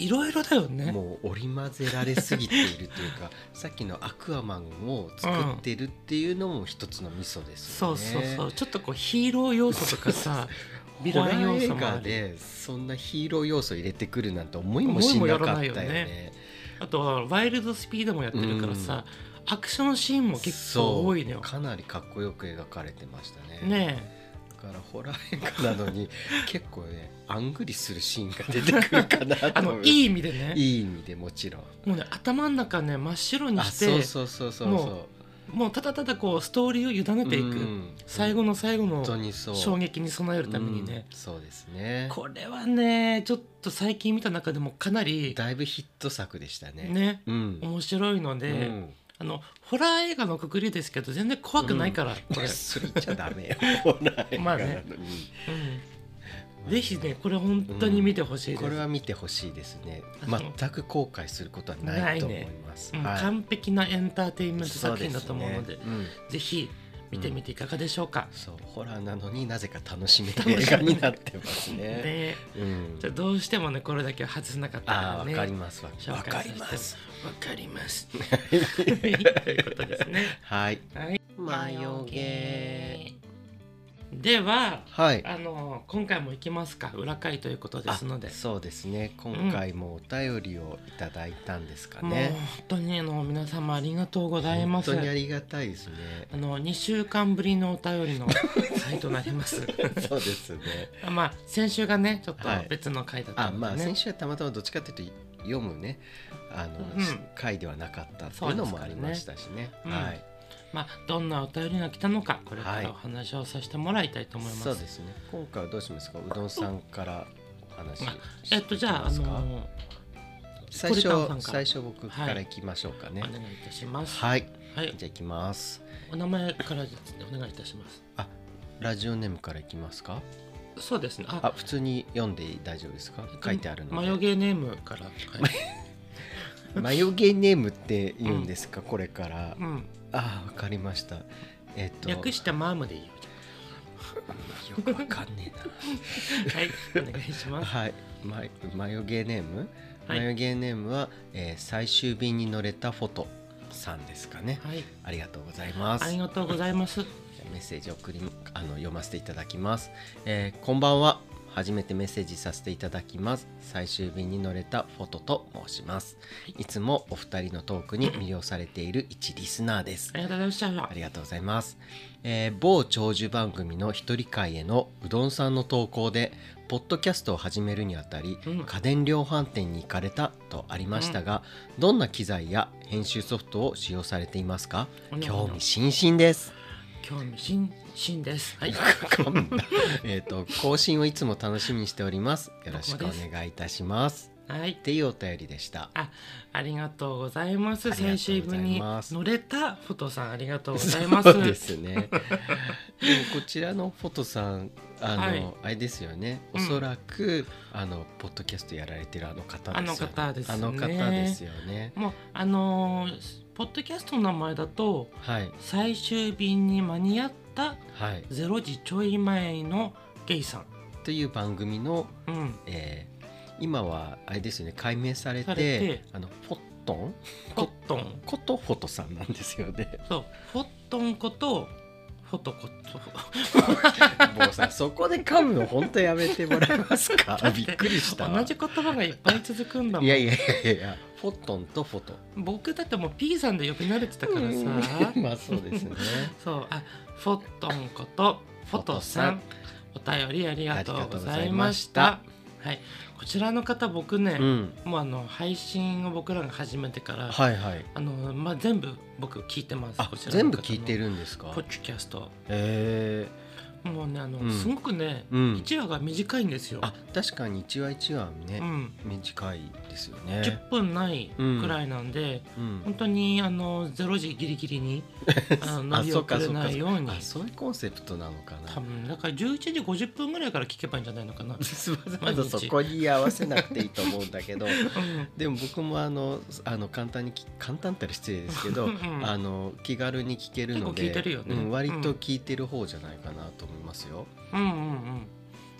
[SPEAKER 1] いろいろだよね
[SPEAKER 2] もう織り交ぜられすぎているというか (laughs) さっきの「アクアマン」を作ってるっていうのも一つのミソです
[SPEAKER 1] そ
[SPEAKER 2] よ
[SPEAKER 1] う
[SPEAKER 2] ね、
[SPEAKER 1] そうそうちょっとこうヒーロー要素とか
[SPEAKER 2] (laughs)
[SPEAKER 1] さ
[SPEAKER 2] ホ
[SPEAKER 1] ヴィ
[SPEAKER 2] ラ
[SPEAKER 1] ラン
[SPEAKER 2] ー
[SPEAKER 1] 要
[SPEAKER 2] 映
[SPEAKER 1] 素もあ
[SPEAKER 2] 画
[SPEAKER 1] り
[SPEAKER 2] でそんなヒーロー要素入れてくるなんて思いもしなかった
[SPEAKER 1] 思いもよ
[SPEAKER 2] よ
[SPEAKER 1] らないよ
[SPEAKER 2] ね
[SPEAKER 1] あとはワイルドスピードもやってるからさ、アクションシーンも結構多いのよ
[SPEAKER 2] そうかなりかっこよく描かれてましたね
[SPEAKER 1] ねえ
[SPEAKER 2] だからホラー映画なのに (laughs) 結構ねあんぐりするシーンが出てくるかな
[SPEAKER 1] (laughs)
[SPEAKER 2] と
[SPEAKER 1] あ
[SPEAKER 2] 思い
[SPEAKER 1] の
[SPEAKER 2] ます
[SPEAKER 1] いい意味でね
[SPEAKER 2] いい意味でもちろん
[SPEAKER 1] もうね頭の中ね真っ白に
[SPEAKER 2] あ
[SPEAKER 1] して
[SPEAKER 2] そうそうそうそう
[SPEAKER 1] ももうただただこうストーリーを委
[SPEAKER 2] そう
[SPEAKER 1] ねていく、
[SPEAKER 2] うん
[SPEAKER 1] 最後の最後
[SPEAKER 2] 本
[SPEAKER 1] の
[SPEAKER 2] 当にそう
[SPEAKER 1] 衝撃に備えるためにね、
[SPEAKER 2] うんそうですね
[SPEAKER 1] これはねちょっと最近見た中でもかなり
[SPEAKER 2] だいぶヒット作でしたね
[SPEAKER 1] ね
[SPEAKER 2] うん
[SPEAKER 1] 面白いので、
[SPEAKER 2] うん
[SPEAKER 1] あのホラー映画のくくりですけど全然怖くないから、これ、
[SPEAKER 2] それ言っちゃ
[SPEAKER 1] (laughs)
[SPEAKER 2] ダメよホラー映
[SPEAKER 1] ま
[SPEAKER 2] 画
[SPEAKER 1] あ
[SPEAKER 2] な
[SPEAKER 1] ね
[SPEAKER 2] のに
[SPEAKER 1] うん、ぜひねこれ本当に見てほしいです、
[SPEAKER 2] これは見てほしいですね
[SPEAKER 1] あそう
[SPEAKER 2] 全く後悔することはないと思います
[SPEAKER 1] うん
[SPEAKER 2] はい
[SPEAKER 1] 完璧なエンターテインメント
[SPEAKER 2] そ
[SPEAKER 1] 作
[SPEAKER 2] うで
[SPEAKER 1] 品
[SPEAKER 2] す
[SPEAKER 1] だと思うので
[SPEAKER 2] ねん
[SPEAKER 1] ぜひ見てみていかがでしょうか、
[SPEAKER 2] そうホラーなのになぜか楽しめる
[SPEAKER 1] 楽しめる
[SPEAKER 2] 映画になってますね。
[SPEAKER 1] で
[SPEAKER 2] うん
[SPEAKER 1] じゃあどうしてもねこれだけは外せなかったか
[SPEAKER 2] あ
[SPEAKER 1] ら
[SPEAKER 2] ー
[SPEAKER 1] ね
[SPEAKER 2] わかりますわ
[SPEAKER 1] 紹介させて
[SPEAKER 2] わかります。
[SPEAKER 1] わかります。と (laughs) いうことですね。
[SPEAKER 2] はい
[SPEAKER 1] はい。
[SPEAKER 2] マヨゲ
[SPEAKER 1] では、
[SPEAKER 2] はい
[SPEAKER 1] あの今回も行きますか。裏会ということですので。
[SPEAKER 2] そうですね今回もお便りをいただいたんですか
[SPEAKER 1] もう
[SPEAKER 2] ね
[SPEAKER 1] 本、当にあの皆様ありがとうございま
[SPEAKER 2] 本
[SPEAKER 1] す。
[SPEAKER 2] 当にあ
[SPEAKER 1] あ
[SPEAKER 2] りがたいです
[SPEAKER 1] (laughs)
[SPEAKER 2] ね
[SPEAKER 1] の2週間ぶりのお便りの回となり
[SPEAKER 2] (laughs)
[SPEAKER 1] ます。
[SPEAKER 2] そうですね
[SPEAKER 1] あまあ先週がねちょっと
[SPEAKER 2] はい
[SPEAKER 1] 別の回だった
[SPEAKER 2] あ
[SPEAKER 1] のでね。
[SPEAKER 2] まあ先週はたまたまどっちかというと読むねあの、
[SPEAKER 1] うん
[SPEAKER 2] 回ではなかったっていうのもありましたしね
[SPEAKER 1] そうですからね
[SPEAKER 2] はい、
[SPEAKER 1] まあどんなお便りが来たのかこれか
[SPEAKER 2] はい
[SPEAKER 1] らお話をさせてもらいたいと思います。
[SPEAKER 2] そうですね今回はどうしますかうどんさんからお話し
[SPEAKER 1] あえっとじゃああ
[SPEAKER 2] していきますか
[SPEAKER 1] の
[SPEAKER 2] 最初
[SPEAKER 1] ポリタンさんから
[SPEAKER 2] 最初僕からいきましょうか
[SPEAKER 1] お
[SPEAKER 2] ね
[SPEAKER 1] 願いいたします。
[SPEAKER 2] はい、
[SPEAKER 1] はい。
[SPEAKER 2] じゃあいきます
[SPEAKER 1] お名前からですねお願いいたします。
[SPEAKER 2] あラジオネームからいきますか
[SPEAKER 1] そうですね。あ
[SPEAKER 2] あ普通に読んで大丈夫ですか書いてあるので
[SPEAKER 1] マヨゲーネームから。はい
[SPEAKER 2] マヨゲネームって言うんですか、これから
[SPEAKER 1] うん。
[SPEAKER 2] あわかりましたえっと
[SPEAKER 1] 略してマームでいいよ。
[SPEAKER 2] よくわかんね
[SPEAKER 1] はい。お願いし
[SPEAKER 2] え
[SPEAKER 1] (laughs)
[SPEAKER 2] な
[SPEAKER 1] ます。
[SPEAKER 2] (laughs) はいママヨゲネーム、
[SPEAKER 1] はい
[SPEAKER 2] マヨゲネームは、えー最終便に乗れたフォトさんですかね、
[SPEAKER 1] はい。
[SPEAKER 2] ありがとうございます
[SPEAKER 1] ありがとうございます。
[SPEAKER 2] メッセージを送りあの読ませていただきます、えーこんばんは初めてメッセージさせていただきます最終便に乗れたフォトと申しますいつもお二人のトークに魅了されている一リスナーです
[SPEAKER 1] ありがとうございました。
[SPEAKER 2] ありがとうございます、えー某長寿番組の一人会へのうどんさんの投稿でポッドキャストを始めるにあたり、
[SPEAKER 1] うん
[SPEAKER 2] 家電量販店に行かれたとありましたが、どんな機材や編集ソフトを使用されていますか
[SPEAKER 1] うん
[SPEAKER 2] 興味津々です
[SPEAKER 1] 興味津々です。はい。
[SPEAKER 2] 噛んだえっと更新をいつも楽しみにしておりますよろしくお願いいたします
[SPEAKER 1] はい
[SPEAKER 2] っ。ていうお便りでした
[SPEAKER 1] あ、ありがとうございます。
[SPEAKER 2] ありがとうございま
[SPEAKER 1] 最
[SPEAKER 2] す
[SPEAKER 1] 終部に乗れたフォトさん、ありがとうございます。
[SPEAKER 2] そうですねでもこちらのフォトさんあの、
[SPEAKER 1] はい
[SPEAKER 2] あれですよねおそらく、あのポッドキャストやられてるあの方ですよね
[SPEAKER 1] あの方ですね
[SPEAKER 2] あの方ですよね
[SPEAKER 1] もう、あのーポッドキャストの名前だと、
[SPEAKER 2] はい
[SPEAKER 1] 最終便に間に合った
[SPEAKER 2] はい
[SPEAKER 1] ゼロ時ちょい前のゲイさん。
[SPEAKER 2] という番組の、
[SPEAKER 1] うん。
[SPEAKER 2] えー今はあれですよね解明されて
[SPEAKER 1] されて
[SPEAKER 2] あのフォットン
[SPEAKER 1] コットン。
[SPEAKER 2] ことフォトさんなんですよね
[SPEAKER 1] そう、フォットンこと、フォトコット。
[SPEAKER 2] もうさそこで噛むの本当やめてもらえます (laughs) か
[SPEAKER 1] だって
[SPEAKER 2] びっくりした
[SPEAKER 1] 同じ言葉がいっぱい続くんだもん。
[SPEAKER 2] いやいやいやいやフォトンとフォト
[SPEAKER 1] 僕だってもう P さんで呼び慣れてたからさ
[SPEAKER 2] う。んまあそうですね
[SPEAKER 1] そう、あ、フォットンこと、フォトさん。お便りありがとうございました。はい、こちらの方、僕ね、
[SPEAKER 2] (laughs) うん
[SPEAKER 1] もうあの配信を僕らが始めてから。
[SPEAKER 2] はいはい
[SPEAKER 1] あの、まあ、全部僕聞いてます。
[SPEAKER 2] あ
[SPEAKER 1] こちらの方
[SPEAKER 2] 全
[SPEAKER 1] の
[SPEAKER 2] 部聞いて。るんですか
[SPEAKER 1] ポッドキャスト、
[SPEAKER 2] え
[SPEAKER 1] もうね、あの、
[SPEAKER 2] うん
[SPEAKER 1] すごくね、
[SPEAKER 2] ー、うん
[SPEAKER 1] 一話が短いんですよ。
[SPEAKER 2] あ確かに一話一話ね、
[SPEAKER 1] うん、
[SPEAKER 2] 短いですよね
[SPEAKER 1] 10分ないくらいなんで、
[SPEAKER 2] うん
[SPEAKER 1] 本当にあのゼロ時ギリギリにあの乗り
[SPEAKER 2] そう
[SPEAKER 1] 遅
[SPEAKER 2] か
[SPEAKER 1] れ
[SPEAKER 2] そうか
[SPEAKER 1] ないように
[SPEAKER 2] あそういうコンセプトなのか
[SPEAKER 1] 多
[SPEAKER 2] な。
[SPEAKER 1] 分だから11時50分ぐらいから聞けばいいんじゃないのかな
[SPEAKER 2] (laughs) まずそこに合わせなくていいと思うんだけど
[SPEAKER 1] うん
[SPEAKER 2] でも僕もあのあの簡単にき簡単ったら失礼ですけど、
[SPEAKER 1] うん
[SPEAKER 2] あの気軽に聞けるので
[SPEAKER 1] 結構聞いてるよね
[SPEAKER 2] うん割と聞いてる方じゃないかなと思います
[SPEAKER 1] (laughs)
[SPEAKER 2] よ。
[SPEAKER 1] うんうんうん。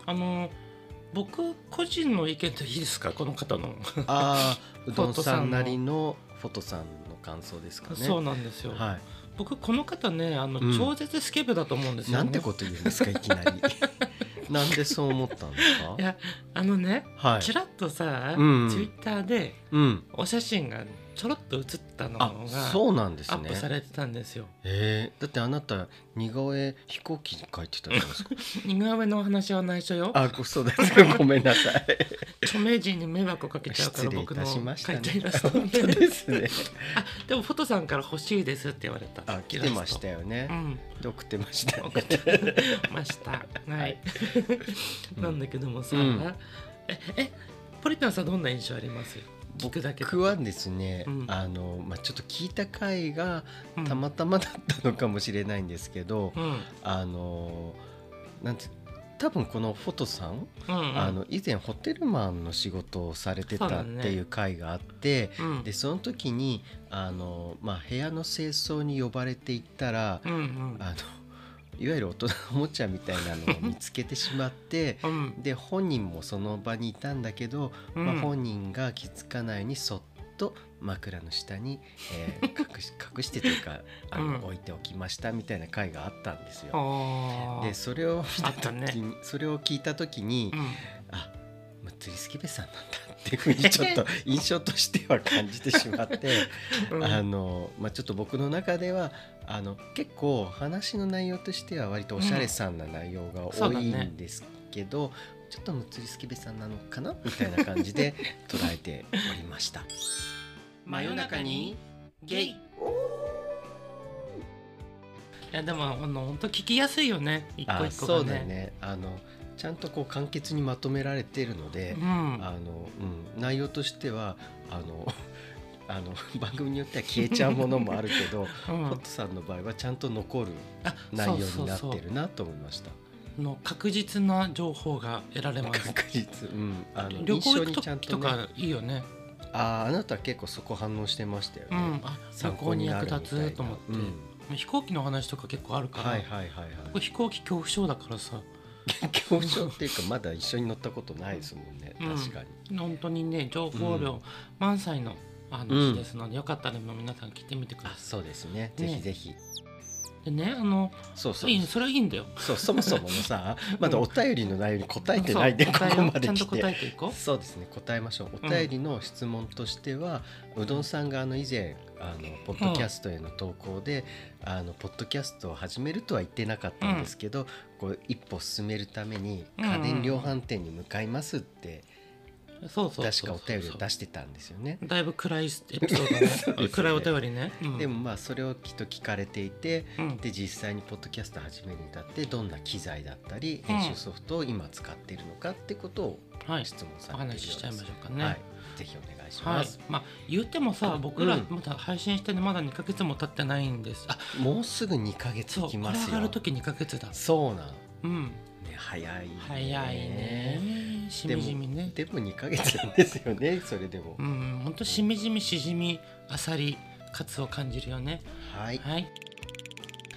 [SPEAKER 1] あの僕個人の意見でいいですかこの方の。
[SPEAKER 2] ああうどん
[SPEAKER 1] フォト
[SPEAKER 2] さ
[SPEAKER 1] さ
[SPEAKER 2] ん
[SPEAKER 1] んの
[SPEAKER 2] なりのフォトさんの感想ですかね。
[SPEAKER 1] そうなんですよ。
[SPEAKER 2] は
[SPEAKER 1] 僕この方ねあの、
[SPEAKER 2] うん
[SPEAKER 1] 超絶スケベだと思うんです
[SPEAKER 2] い、
[SPEAKER 1] よ、ね。
[SPEAKER 2] なんてこと言う
[SPEAKER 1] (laughs)
[SPEAKER 2] んですかいきなり。 (laughs) なんでそう思ったんですか
[SPEAKER 1] いやあのね、
[SPEAKER 2] はい
[SPEAKER 1] ちらっとさ、
[SPEAKER 2] うん
[SPEAKER 1] ツイッターで
[SPEAKER 2] うん、
[SPEAKER 1] お写真がちょろっと写ったのが
[SPEAKER 2] あそうなんです
[SPEAKER 1] アッ
[SPEAKER 2] ね
[SPEAKER 1] プ。されてたんですよ。
[SPEAKER 2] えー、だってあなた似顔絵飛行機に描いてたじゃな
[SPEAKER 1] (laughs)
[SPEAKER 2] いですか。
[SPEAKER 1] 似顔絵のお話は内緒よ。
[SPEAKER 2] あごそうです (laughs) ごめんなさ
[SPEAKER 1] (laughs)
[SPEAKER 2] い。
[SPEAKER 1] 著名人に迷惑をかけちゃうから
[SPEAKER 2] 失礼い
[SPEAKER 1] 僕の
[SPEAKER 2] たしまし
[SPEAKER 1] 描
[SPEAKER 2] たね
[SPEAKER 1] いたイラスト
[SPEAKER 2] (laughs) 本
[SPEAKER 1] で
[SPEAKER 2] 当ですね。
[SPEAKER 1] あ (laughs) でもフォトさんから欲しいですって言われた
[SPEAKER 2] あ来てました
[SPEAKER 1] よ、
[SPEAKER 2] よ
[SPEAKER 1] う
[SPEAKER 2] ね。
[SPEAKER 1] ん、
[SPEAKER 2] で送ってましたよ
[SPEAKER 1] (laughs) 送
[SPEAKER 2] ね。
[SPEAKER 1] ってま
[SPEAKER 2] (laughs)
[SPEAKER 1] したはい、 (laughs)
[SPEAKER 2] はい
[SPEAKER 1] なんだけどもさ、
[SPEAKER 2] うん
[SPEAKER 1] ええポリタンさんどんな印象あります聞くだけで
[SPEAKER 2] 僕はですね、
[SPEAKER 1] うん
[SPEAKER 2] あのまあちょっと聞いた回が
[SPEAKER 1] うん
[SPEAKER 2] たまたまだったのかもしれないんですけど、
[SPEAKER 1] うんうん
[SPEAKER 2] あのなんて多分このフォトさん、
[SPEAKER 1] うん
[SPEAKER 2] あの以前ホテルマンの仕事をされて
[SPEAKER 1] そう
[SPEAKER 2] た
[SPEAKER 1] だ
[SPEAKER 2] っ
[SPEAKER 1] ね
[SPEAKER 2] ていう回があって、
[SPEAKER 1] うん
[SPEAKER 2] でその時にあのまあ部屋の清掃に呼ばれていったら、
[SPEAKER 1] うんうん
[SPEAKER 2] あのいわゆる大人のおもちゃみたいなのを見つけてし
[SPEAKER 1] (laughs)
[SPEAKER 2] まって。
[SPEAKER 1] うん
[SPEAKER 2] で本人もその場にいたんだけど、
[SPEAKER 1] うん
[SPEAKER 2] まあ、本人が気づかないようにそっと枕の下に、
[SPEAKER 1] (laughs)
[SPEAKER 2] えー隠し隠してというかあの、
[SPEAKER 1] うん
[SPEAKER 2] 置いておきましたみたいな回があったんですよ。
[SPEAKER 1] あー
[SPEAKER 2] でそれを見た
[SPEAKER 1] あったね
[SPEAKER 2] 時にそれを聞いた時に、
[SPEAKER 1] うん
[SPEAKER 2] あまつりすきべさんなんだっていうふうにちょっ
[SPEAKER 1] (laughs)
[SPEAKER 2] と印象としては感じてしまって、
[SPEAKER 1] うん
[SPEAKER 2] あのまあ、ちょっと僕の中ではあの結構話の内容としては割とおしゃれさんな内容が
[SPEAKER 1] そ
[SPEAKER 2] 多
[SPEAKER 1] うだ
[SPEAKER 2] い
[SPEAKER 1] ね
[SPEAKER 2] んですけど、ちょっとむつりすきべさんなのかなみたいな感じで捉えておりました。
[SPEAKER 1] (laughs) 真夜中にゲイいやでもあの本当聞きやすいよね一個
[SPEAKER 2] あ
[SPEAKER 1] 一個
[SPEAKER 2] そ
[SPEAKER 1] が
[SPEAKER 2] うだ
[SPEAKER 1] ね
[SPEAKER 2] ねあのちゃんとこう簡潔にまとめられているので、
[SPEAKER 1] うん
[SPEAKER 2] あの、うん、内容としてはあのあの番組によっては消えちゃうものもあるけど、
[SPEAKER 1] うん
[SPEAKER 2] ポットさんの場合はちゃんと残る
[SPEAKER 1] あ
[SPEAKER 2] 内容
[SPEAKER 1] そ
[SPEAKER 2] に
[SPEAKER 1] うそ
[SPEAKER 2] な
[SPEAKER 1] う
[SPEAKER 2] っ
[SPEAKER 1] そう
[SPEAKER 2] てるなと思いました。
[SPEAKER 1] の確実な情報が得られます
[SPEAKER 2] 確実、うん、あの
[SPEAKER 1] 旅行
[SPEAKER 2] 印象
[SPEAKER 1] 行く
[SPEAKER 2] にちゃん
[SPEAKER 1] 時
[SPEAKER 2] と
[SPEAKER 1] と
[SPEAKER 2] ね、
[SPEAKER 1] かいいよね
[SPEAKER 2] あーあなたは結構そこ反応してましたよ
[SPEAKER 1] う
[SPEAKER 2] ね。
[SPEAKER 1] んあ旅
[SPEAKER 2] 参
[SPEAKER 1] 行
[SPEAKER 2] 考
[SPEAKER 1] に
[SPEAKER 2] にな
[SPEAKER 1] 役
[SPEAKER 2] るみたい
[SPEAKER 1] 立
[SPEAKER 2] な
[SPEAKER 1] つと思って、
[SPEAKER 2] うん
[SPEAKER 1] 飛行機の話とか結構あるから、
[SPEAKER 2] はいはいはいは
[SPEAKER 1] 僕
[SPEAKER 2] い。
[SPEAKER 1] 飛行機恐怖症だから
[SPEAKER 2] (laughs)
[SPEAKER 1] さ
[SPEAKER 2] 恐怖症っていうかまだ一緒に乗ったことないですもんね。
[SPEAKER 1] うん
[SPEAKER 2] 確かに。
[SPEAKER 1] 本当にね情報
[SPEAKER 2] う
[SPEAKER 1] 量
[SPEAKER 2] ん
[SPEAKER 1] 満載のあ
[SPEAKER 2] う
[SPEAKER 1] の
[SPEAKER 2] ん
[SPEAKER 1] 日ですので、よかったらもう皆さん聞いてみてくだ
[SPEAKER 2] あ
[SPEAKER 1] さ
[SPEAKER 2] そうですね。ぜ
[SPEAKER 1] ね
[SPEAKER 2] ひぜひ。
[SPEAKER 1] いでねあの
[SPEAKER 2] そうそう
[SPEAKER 1] いいねそれはいいんだよ
[SPEAKER 2] そうそもそもの
[SPEAKER 1] (laughs)
[SPEAKER 2] さまだお便りの内容に答えてないで
[SPEAKER 1] そ
[SPEAKER 2] こ
[SPEAKER 1] う答え
[SPEAKER 2] こ
[SPEAKER 1] を
[SPEAKER 2] まで
[SPEAKER 1] ちゃん
[SPEAKER 2] 来
[SPEAKER 1] と答
[SPEAKER 2] て。
[SPEAKER 1] えていこ
[SPEAKER 2] そうですね答えましょう
[SPEAKER 1] う
[SPEAKER 2] お
[SPEAKER 1] ん
[SPEAKER 2] 便りの質問としては、うどんさんがあの以前あのポッドキャストへの投稿で、あのポッドキャストを始めるとは言ってなかったんですけど、こう一歩進めるために
[SPEAKER 1] うんうんう
[SPEAKER 2] 家
[SPEAKER 1] ん
[SPEAKER 2] 電量販店に向かいますって、
[SPEAKER 1] うそうそう
[SPEAKER 2] 確かお便りを出
[SPEAKER 1] し
[SPEAKER 2] してたんですよね。
[SPEAKER 1] だいぶ暗いエピソ
[SPEAKER 2] (laughs)
[SPEAKER 1] ードね
[SPEAKER 2] ね
[SPEAKER 1] 暗いお便りね、うん
[SPEAKER 2] でもまあそれをきっと聞かれていて
[SPEAKER 1] うん
[SPEAKER 2] で実際にポッドキャスト始めるに至ってどんな機材だったり編集ソフトを今使っているのかってことを
[SPEAKER 1] はい
[SPEAKER 2] 質問さ
[SPEAKER 1] お
[SPEAKER 2] れているようで
[SPEAKER 1] 話
[SPEAKER 2] す
[SPEAKER 1] ししちゃいましょうかね
[SPEAKER 2] はい、ぜひお願いし
[SPEAKER 1] は
[SPEAKER 2] ま
[SPEAKER 1] い
[SPEAKER 2] す、、
[SPEAKER 1] まあ言ってもさ僕ら
[SPEAKER 2] うん
[SPEAKER 1] まだ配信してねまだ2ヶ月も経ってないんですあ
[SPEAKER 2] もうすぐ2ヶ月
[SPEAKER 1] そう
[SPEAKER 2] 行
[SPEAKER 1] こ
[SPEAKER 2] き
[SPEAKER 1] れ
[SPEAKER 2] ます
[SPEAKER 1] 上
[SPEAKER 2] よ
[SPEAKER 1] がる時2ヶ月だ
[SPEAKER 2] そうなん、ね、
[SPEAKER 1] うん
[SPEAKER 2] 早いね
[SPEAKER 1] 早いねし
[SPEAKER 2] で
[SPEAKER 1] み
[SPEAKER 2] も
[SPEAKER 1] じみね
[SPEAKER 2] でも2ヶ月なんです
[SPEAKER 1] (laughs)
[SPEAKER 2] よねそれでも、
[SPEAKER 1] うんほんとしみじみしじみあさりカツを感じるよね
[SPEAKER 2] はい
[SPEAKER 1] はい、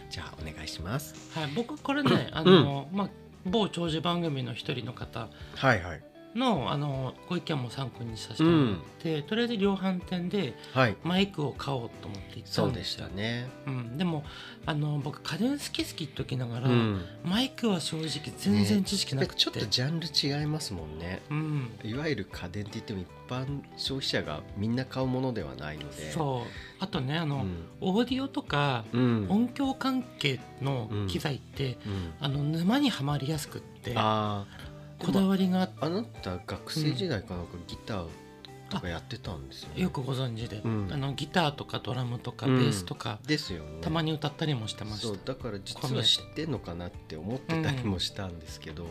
[SPEAKER 2] じゃあお願いします
[SPEAKER 1] はい、僕これねあの、まあ某長寿番組の一人の方
[SPEAKER 2] はいはい
[SPEAKER 1] のあのご意見も参考にさせてもらって、とりあえず量販店で
[SPEAKER 2] はい
[SPEAKER 1] マイクを買おうと思って行った
[SPEAKER 2] そうんで
[SPEAKER 1] で
[SPEAKER 2] し
[SPEAKER 1] す
[SPEAKER 2] た
[SPEAKER 1] よ、
[SPEAKER 2] ね
[SPEAKER 1] うん、でもあの僕家電好き好きっておきなが
[SPEAKER 2] う
[SPEAKER 1] ら、
[SPEAKER 2] ん
[SPEAKER 1] マイクは正直全然知識なくて、
[SPEAKER 2] ちょっとジャンル違いますもんね
[SPEAKER 1] うん
[SPEAKER 2] いわゆる家電って言っても一般消費者がみんな買うものではないので
[SPEAKER 1] そうあとねあ
[SPEAKER 2] う
[SPEAKER 1] の、
[SPEAKER 2] ん
[SPEAKER 1] オーディオとか
[SPEAKER 2] うん、
[SPEAKER 1] 音響関係の機材って、
[SPEAKER 2] うん
[SPEAKER 1] あの沼にはまりやすくって
[SPEAKER 2] あー
[SPEAKER 1] こだわりが
[SPEAKER 2] あなた学生時代かなんかギターとかやってたんですよね、
[SPEAKER 1] よくご存知で、
[SPEAKER 2] うん
[SPEAKER 1] あのギターとかドラムとか
[SPEAKER 2] う
[SPEAKER 1] ベ
[SPEAKER 2] ん
[SPEAKER 1] ースとか、
[SPEAKER 2] ですよね
[SPEAKER 1] たまに歌ったりもしてました
[SPEAKER 2] そう
[SPEAKER 1] い
[SPEAKER 2] だから実は知ってんのかなって思ってたりもしたんですけど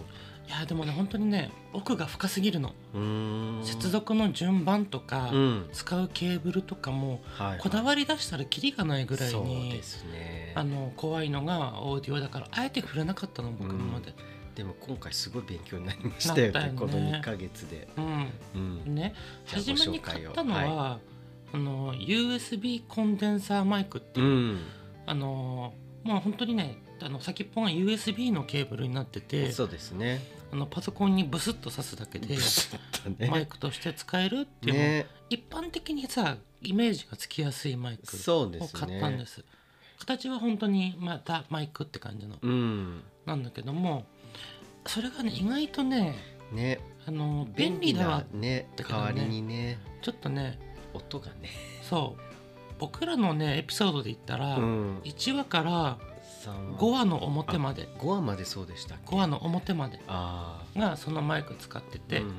[SPEAKER 1] やでもね本当にね奥が深すぎるの
[SPEAKER 2] うーん
[SPEAKER 1] 接続の順番とか、
[SPEAKER 2] うん
[SPEAKER 1] 使うケーブルとかも
[SPEAKER 2] はいはい
[SPEAKER 1] こだわり出したらキリがないぐらいに、
[SPEAKER 2] そうですね
[SPEAKER 1] あの怖いのがオーディオだからあえて触れなかったの僕今まで、
[SPEAKER 2] でも今回すごい勉強になりました
[SPEAKER 1] なっ
[SPEAKER 2] よ
[SPEAKER 1] た
[SPEAKER 2] ね
[SPEAKER 1] よね
[SPEAKER 2] この2ヶ月で、
[SPEAKER 1] うん
[SPEAKER 2] うん、
[SPEAKER 1] ね
[SPEAKER 2] じゃあ
[SPEAKER 1] 初めに
[SPEAKER 2] ご紹
[SPEAKER 1] 買
[SPEAKER 2] 介を
[SPEAKER 1] ったのは、あの USB コンデンサーマイクって
[SPEAKER 2] う
[SPEAKER 1] いう、
[SPEAKER 2] ん
[SPEAKER 1] あのもう本当にねあの先っぽが USB のケーブルになってて
[SPEAKER 2] そうですね
[SPEAKER 1] あのパソコンにブスッと挿すだけで
[SPEAKER 2] ブスッと
[SPEAKER 1] マイ
[SPEAKER 2] ね
[SPEAKER 1] クとして使えるっていうの、
[SPEAKER 2] ね
[SPEAKER 1] 一般的にさイメージがつきやすいマイク
[SPEAKER 2] そうで
[SPEAKER 1] を
[SPEAKER 2] すね
[SPEAKER 1] 買ったんですす形は本当にまたマイクって感じの
[SPEAKER 2] うん
[SPEAKER 1] なんだけどもそれがね意外とね
[SPEAKER 2] ね
[SPEAKER 1] あの便
[SPEAKER 2] 便
[SPEAKER 1] 利
[SPEAKER 2] 利
[SPEAKER 1] だわ
[SPEAKER 2] なね
[SPEAKER 1] だけど
[SPEAKER 2] 代
[SPEAKER 1] ね
[SPEAKER 2] わりにね
[SPEAKER 1] ちょっとね
[SPEAKER 2] 音がね
[SPEAKER 1] そう僕らのねエピソードで言ったら、
[SPEAKER 2] うん
[SPEAKER 1] 1話から5
[SPEAKER 2] 5
[SPEAKER 1] 話の表まで
[SPEAKER 2] 5話までそうでしたっけ
[SPEAKER 1] 5話の表まで
[SPEAKER 2] あ
[SPEAKER 1] がそのマイク使って
[SPEAKER 2] あ、
[SPEAKER 1] て、
[SPEAKER 2] うんうん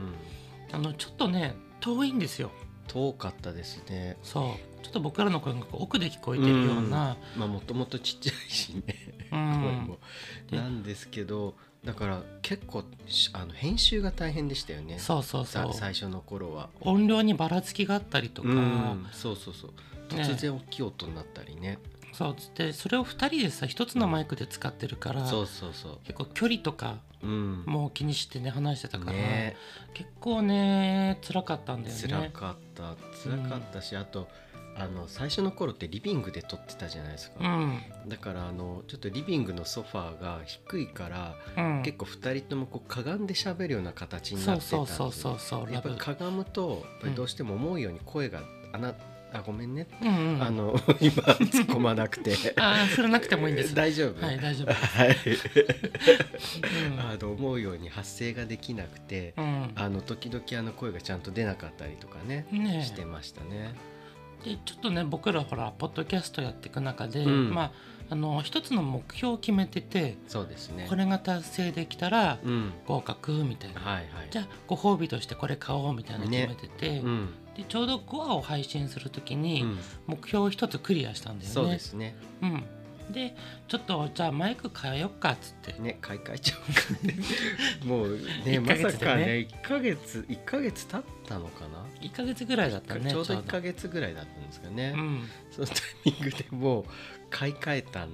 [SPEAKER 1] あのちょっとね遠いんですよ
[SPEAKER 2] 遠かったですね
[SPEAKER 1] そうちょっと僕らの声がこう奥で聞こえてるような、
[SPEAKER 2] まあもともとちっちゃいしね、
[SPEAKER 1] う
[SPEAKER 2] 声
[SPEAKER 1] ん
[SPEAKER 2] もなんですけどだから結構しあの編集が大変でしたよね
[SPEAKER 1] そうそうそ
[SPEAKER 2] さ
[SPEAKER 1] う
[SPEAKER 2] 最初の頃は。
[SPEAKER 1] 音量にばらつきがあったりとか、
[SPEAKER 2] うん、そうそうそう
[SPEAKER 1] ね
[SPEAKER 2] 突然大きい音になったりね
[SPEAKER 1] そうつってそれを2人でさ1つのマイクで使ってるから、
[SPEAKER 2] そうそうそ
[SPEAKER 1] 結構距離とか
[SPEAKER 2] ううん
[SPEAKER 1] もう気にしてね話してたから、
[SPEAKER 2] ね
[SPEAKER 1] 結構ね辛かったんだよね
[SPEAKER 2] 辛かった辛かったし、あとあの最初の頃ってリビングで撮ってたじゃないです
[SPEAKER 1] う
[SPEAKER 2] か、
[SPEAKER 1] ん、
[SPEAKER 2] だからあのちょっとリビングのソファーが低いから、
[SPEAKER 1] うん、
[SPEAKER 2] 結構2人ともこうかがんで喋るような形に
[SPEAKER 1] そ
[SPEAKER 2] なっ
[SPEAKER 1] う
[SPEAKER 2] てたん
[SPEAKER 1] そ
[SPEAKER 2] で
[SPEAKER 1] う
[SPEAKER 2] す
[SPEAKER 1] そ
[SPEAKER 2] よ
[SPEAKER 1] うそうそうラ
[SPEAKER 2] やっぱ
[SPEAKER 1] ブ
[SPEAKER 2] りかがむとやっぱりどうしても思うように声があなあごめんね、
[SPEAKER 1] うんうん
[SPEAKER 2] あの (laughs) 今突っ込まなくて
[SPEAKER 1] あー振らなくてもいいんです
[SPEAKER 2] (laughs) 大丈夫
[SPEAKER 1] はい大丈夫
[SPEAKER 2] はい
[SPEAKER 1] うん
[SPEAKER 2] あの思うように発声ができなくて、
[SPEAKER 1] うん
[SPEAKER 2] あの時々あの声がちゃんと出なかったりとかね、
[SPEAKER 1] ねえ
[SPEAKER 2] してましたね。
[SPEAKER 1] でちょっとね僕らほらポッドキャストやっていく中で、
[SPEAKER 2] うん
[SPEAKER 1] まああの一つの目標を決めてて
[SPEAKER 2] そうですね。
[SPEAKER 1] これが達成できたら
[SPEAKER 2] うん、
[SPEAKER 1] 合格みたいな、
[SPEAKER 2] はいはい。
[SPEAKER 1] じゃあご褒美としてこれ買おうみたいなの決めてて、
[SPEAKER 2] うん、
[SPEAKER 1] でちょうど5話を配信するとき
[SPEAKER 2] う
[SPEAKER 1] に
[SPEAKER 2] ん、
[SPEAKER 1] 目標を一つクリアしたんだよね。
[SPEAKER 2] そうですね。
[SPEAKER 1] うん、でちょっとじゃあマイク変えよっかっつって、
[SPEAKER 2] ね、買い替えちゃおうか
[SPEAKER 1] (laughs)
[SPEAKER 2] ね。もうね、
[SPEAKER 1] 一
[SPEAKER 2] ま
[SPEAKER 1] ヶ月でね
[SPEAKER 2] さかね、一ヶ月、一ヶ月経ったのかな。
[SPEAKER 1] 1か月ぐらいだったね
[SPEAKER 2] ちょうど一ヶ月ぐらいだったんですかね。
[SPEAKER 1] うん、
[SPEAKER 2] そのタイミングでもう買い替えたん、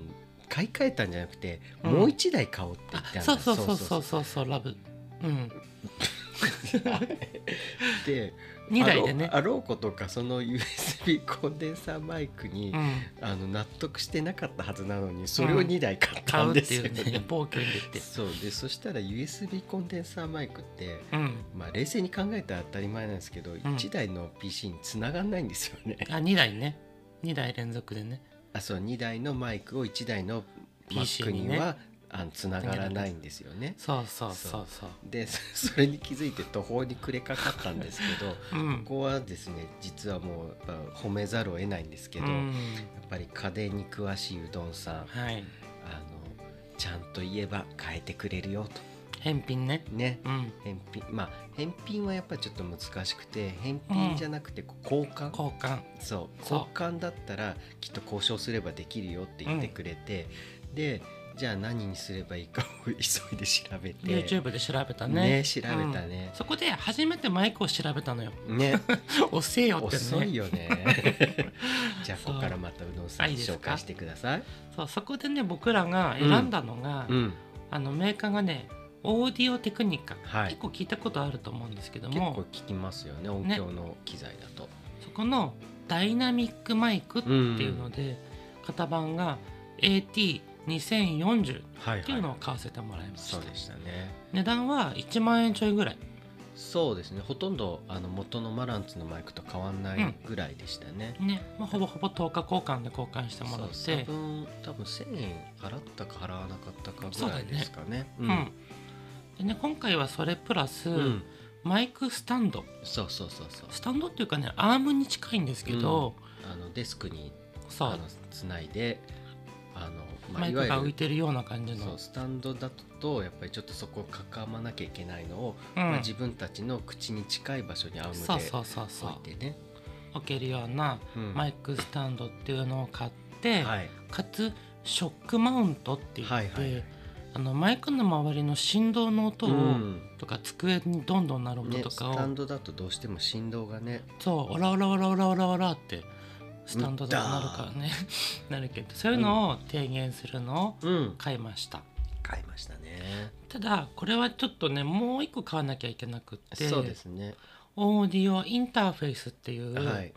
[SPEAKER 2] 買い替えたんじゃなくて、
[SPEAKER 1] うん
[SPEAKER 2] もう一台買おうって言って
[SPEAKER 1] あ
[SPEAKER 2] あ
[SPEAKER 1] そうそうそうそうそうそうラブ、うん、
[SPEAKER 2] で
[SPEAKER 1] 2台でね
[SPEAKER 2] あろうあろうことかその USB コンデンサーマイクに、
[SPEAKER 1] うん、
[SPEAKER 2] あの納得してなかったはずなのにそれを2台買った
[SPEAKER 1] 買うんって
[SPEAKER 2] です
[SPEAKER 1] い
[SPEAKER 2] よ
[SPEAKER 1] うね
[SPEAKER 2] ね。
[SPEAKER 1] 暴挙にできて、
[SPEAKER 2] そうでそしたら USB コンデンサーマイクって、
[SPEAKER 1] うん、
[SPEAKER 2] まあ、冷静に考えたら当たり前なんですけど、1台の PC につながんないんですよね。
[SPEAKER 1] あ2台ね2台連続でね
[SPEAKER 2] あそう2台のマイクを1台の
[SPEAKER 1] PC
[SPEAKER 2] Mac に
[SPEAKER 1] に
[SPEAKER 2] はあのつながらないんですよね。
[SPEAKER 1] そうそうそうそう
[SPEAKER 2] でそそ (laughs) れに気づいて途方に暮れかかったんですけ
[SPEAKER 1] (laughs)
[SPEAKER 2] ど。
[SPEAKER 1] う、ん、
[SPEAKER 2] ここはですね実はもうやっぱ褒めざるを得ないんですけど、
[SPEAKER 1] う
[SPEAKER 2] や
[SPEAKER 1] ん
[SPEAKER 2] っぱり家電に詳しいうどんさんあの
[SPEAKER 1] はい
[SPEAKER 2] ちゃんと言えば変えてくれるよ
[SPEAKER 1] 返品ね
[SPEAKER 2] とね
[SPEAKER 1] うん
[SPEAKER 2] 返品まあ返品はやっぱりちょっと難しくて返品じゃなくてこう交換、
[SPEAKER 1] 交換
[SPEAKER 2] そう
[SPEAKER 1] そう
[SPEAKER 2] 交換だったらきっと交渉すればできるよって言ってくれて、でじゃあ何にすればいいかを急いで調べて
[SPEAKER 1] YouTube で調べたね
[SPEAKER 2] ね調べたね
[SPEAKER 1] うん、そこで初めてマイクを調べたのよ (laughs)
[SPEAKER 2] ね
[SPEAKER 1] 遅えよってね
[SPEAKER 2] 遅いよね (laughs) じゃあ
[SPEAKER 1] そう
[SPEAKER 2] ここからまたうどんさん
[SPEAKER 1] あいいですか
[SPEAKER 2] 紹介してください
[SPEAKER 1] そうそこでね僕らが選んだのが、
[SPEAKER 2] うん
[SPEAKER 1] あのメーカーがねオーディオテクニカ、
[SPEAKER 2] はい
[SPEAKER 1] 結構聞いたことあると思うんですけど
[SPEAKER 2] 結構
[SPEAKER 1] も
[SPEAKER 2] 聞きますよね音響の機材だと、
[SPEAKER 1] そこのダイナミックマイクっていうので、型番が AT2040
[SPEAKER 2] はい
[SPEAKER 1] っていうのを買わせてもらいました、
[SPEAKER 2] そうでしたね
[SPEAKER 1] 値段は1万円ちょいぐらい
[SPEAKER 2] そうですねほとんどあの元のマランツのマイクと変わんな
[SPEAKER 1] う
[SPEAKER 2] い
[SPEAKER 1] ん
[SPEAKER 2] ぐらいでしたね、
[SPEAKER 1] ね、まあ、ほぼほぼ10日交換で交換してもらっ
[SPEAKER 2] そう差
[SPEAKER 1] て
[SPEAKER 2] 分多分1000円払ったか払わなかったか
[SPEAKER 1] そう
[SPEAKER 2] ぐ
[SPEAKER 1] だ
[SPEAKER 2] ら
[SPEAKER 1] よ
[SPEAKER 2] い
[SPEAKER 1] ね
[SPEAKER 2] ですかねう
[SPEAKER 1] うんんでね今回はそれプラス、
[SPEAKER 2] うん
[SPEAKER 1] マイクスタンド
[SPEAKER 2] そうそうそうそう
[SPEAKER 1] スタンドっていうかねアームに近いんですけど、
[SPEAKER 2] あのデスクに
[SPEAKER 1] そ
[SPEAKER 2] あ
[SPEAKER 1] う
[SPEAKER 2] のつないであの、まあ、
[SPEAKER 1] マイ
[SPEAKER 2] い
[SPEAKER 1] ク
[SPEAKER 2] わ
[SPEAKER 1] が浮
[SPEAKER 2] ゆ
[SPEAKER 1] い
[SPEAKER 2] る
[SPEAKER 1] てるような感じ
[SPEAKER 2] そう
[SPEAKER 1] の
[SPEAKER 2] スタンドだとやっぱりちょっとそこをかかまなきゃいけないのを、
[SPEAKER 1] うん
[SPEAKER 2] まあ、自分たちの口に近い場所にアームで
[SPEAKER 1] そう
[SPEAKER 2] 置
[SPEAKER 1] そうそうそう
[SPEAKER 2] いてね
[SPEAKER 1] 置けるような
[SPEAKER 2] うん
[SPEAKER 1] マイクスタンドっていうのを買って、
[SPEAKER 2] はい
[SPEAKER 1] かつショックマウントって言って、
[SPEAKER 2] はいはい
[SPEAKER 1] あのマイクの周りの振動の音を、
[SPEAKER 2] うん
[SPEAKER 1] とか机にどんどんなる音
[SPEAKER 2] ね、
[SPEAKER 1] と
[SPEAKER 2] ス
[SPEAKER 1] かを、
[SPEAKER 2] タンドだとどうしても振動がね
[SPEAKER 1] そうオラオラオラオラオラオラってスタンドだとなるからね (laughs) なるけどそういうのを低減するのを
[SPEAKER 2] うん
[SPEAKER 1] 買いました、
[SPEAKER 2] 買いましたね
[SPEAKER 1] ただこれはちょっとねもう一個買わなきゃいけなくって
[SPEAKER 2] そうですね
[SPEAKER 1] オーディオインターフェイスっていう、
[SPEAKER 2] はい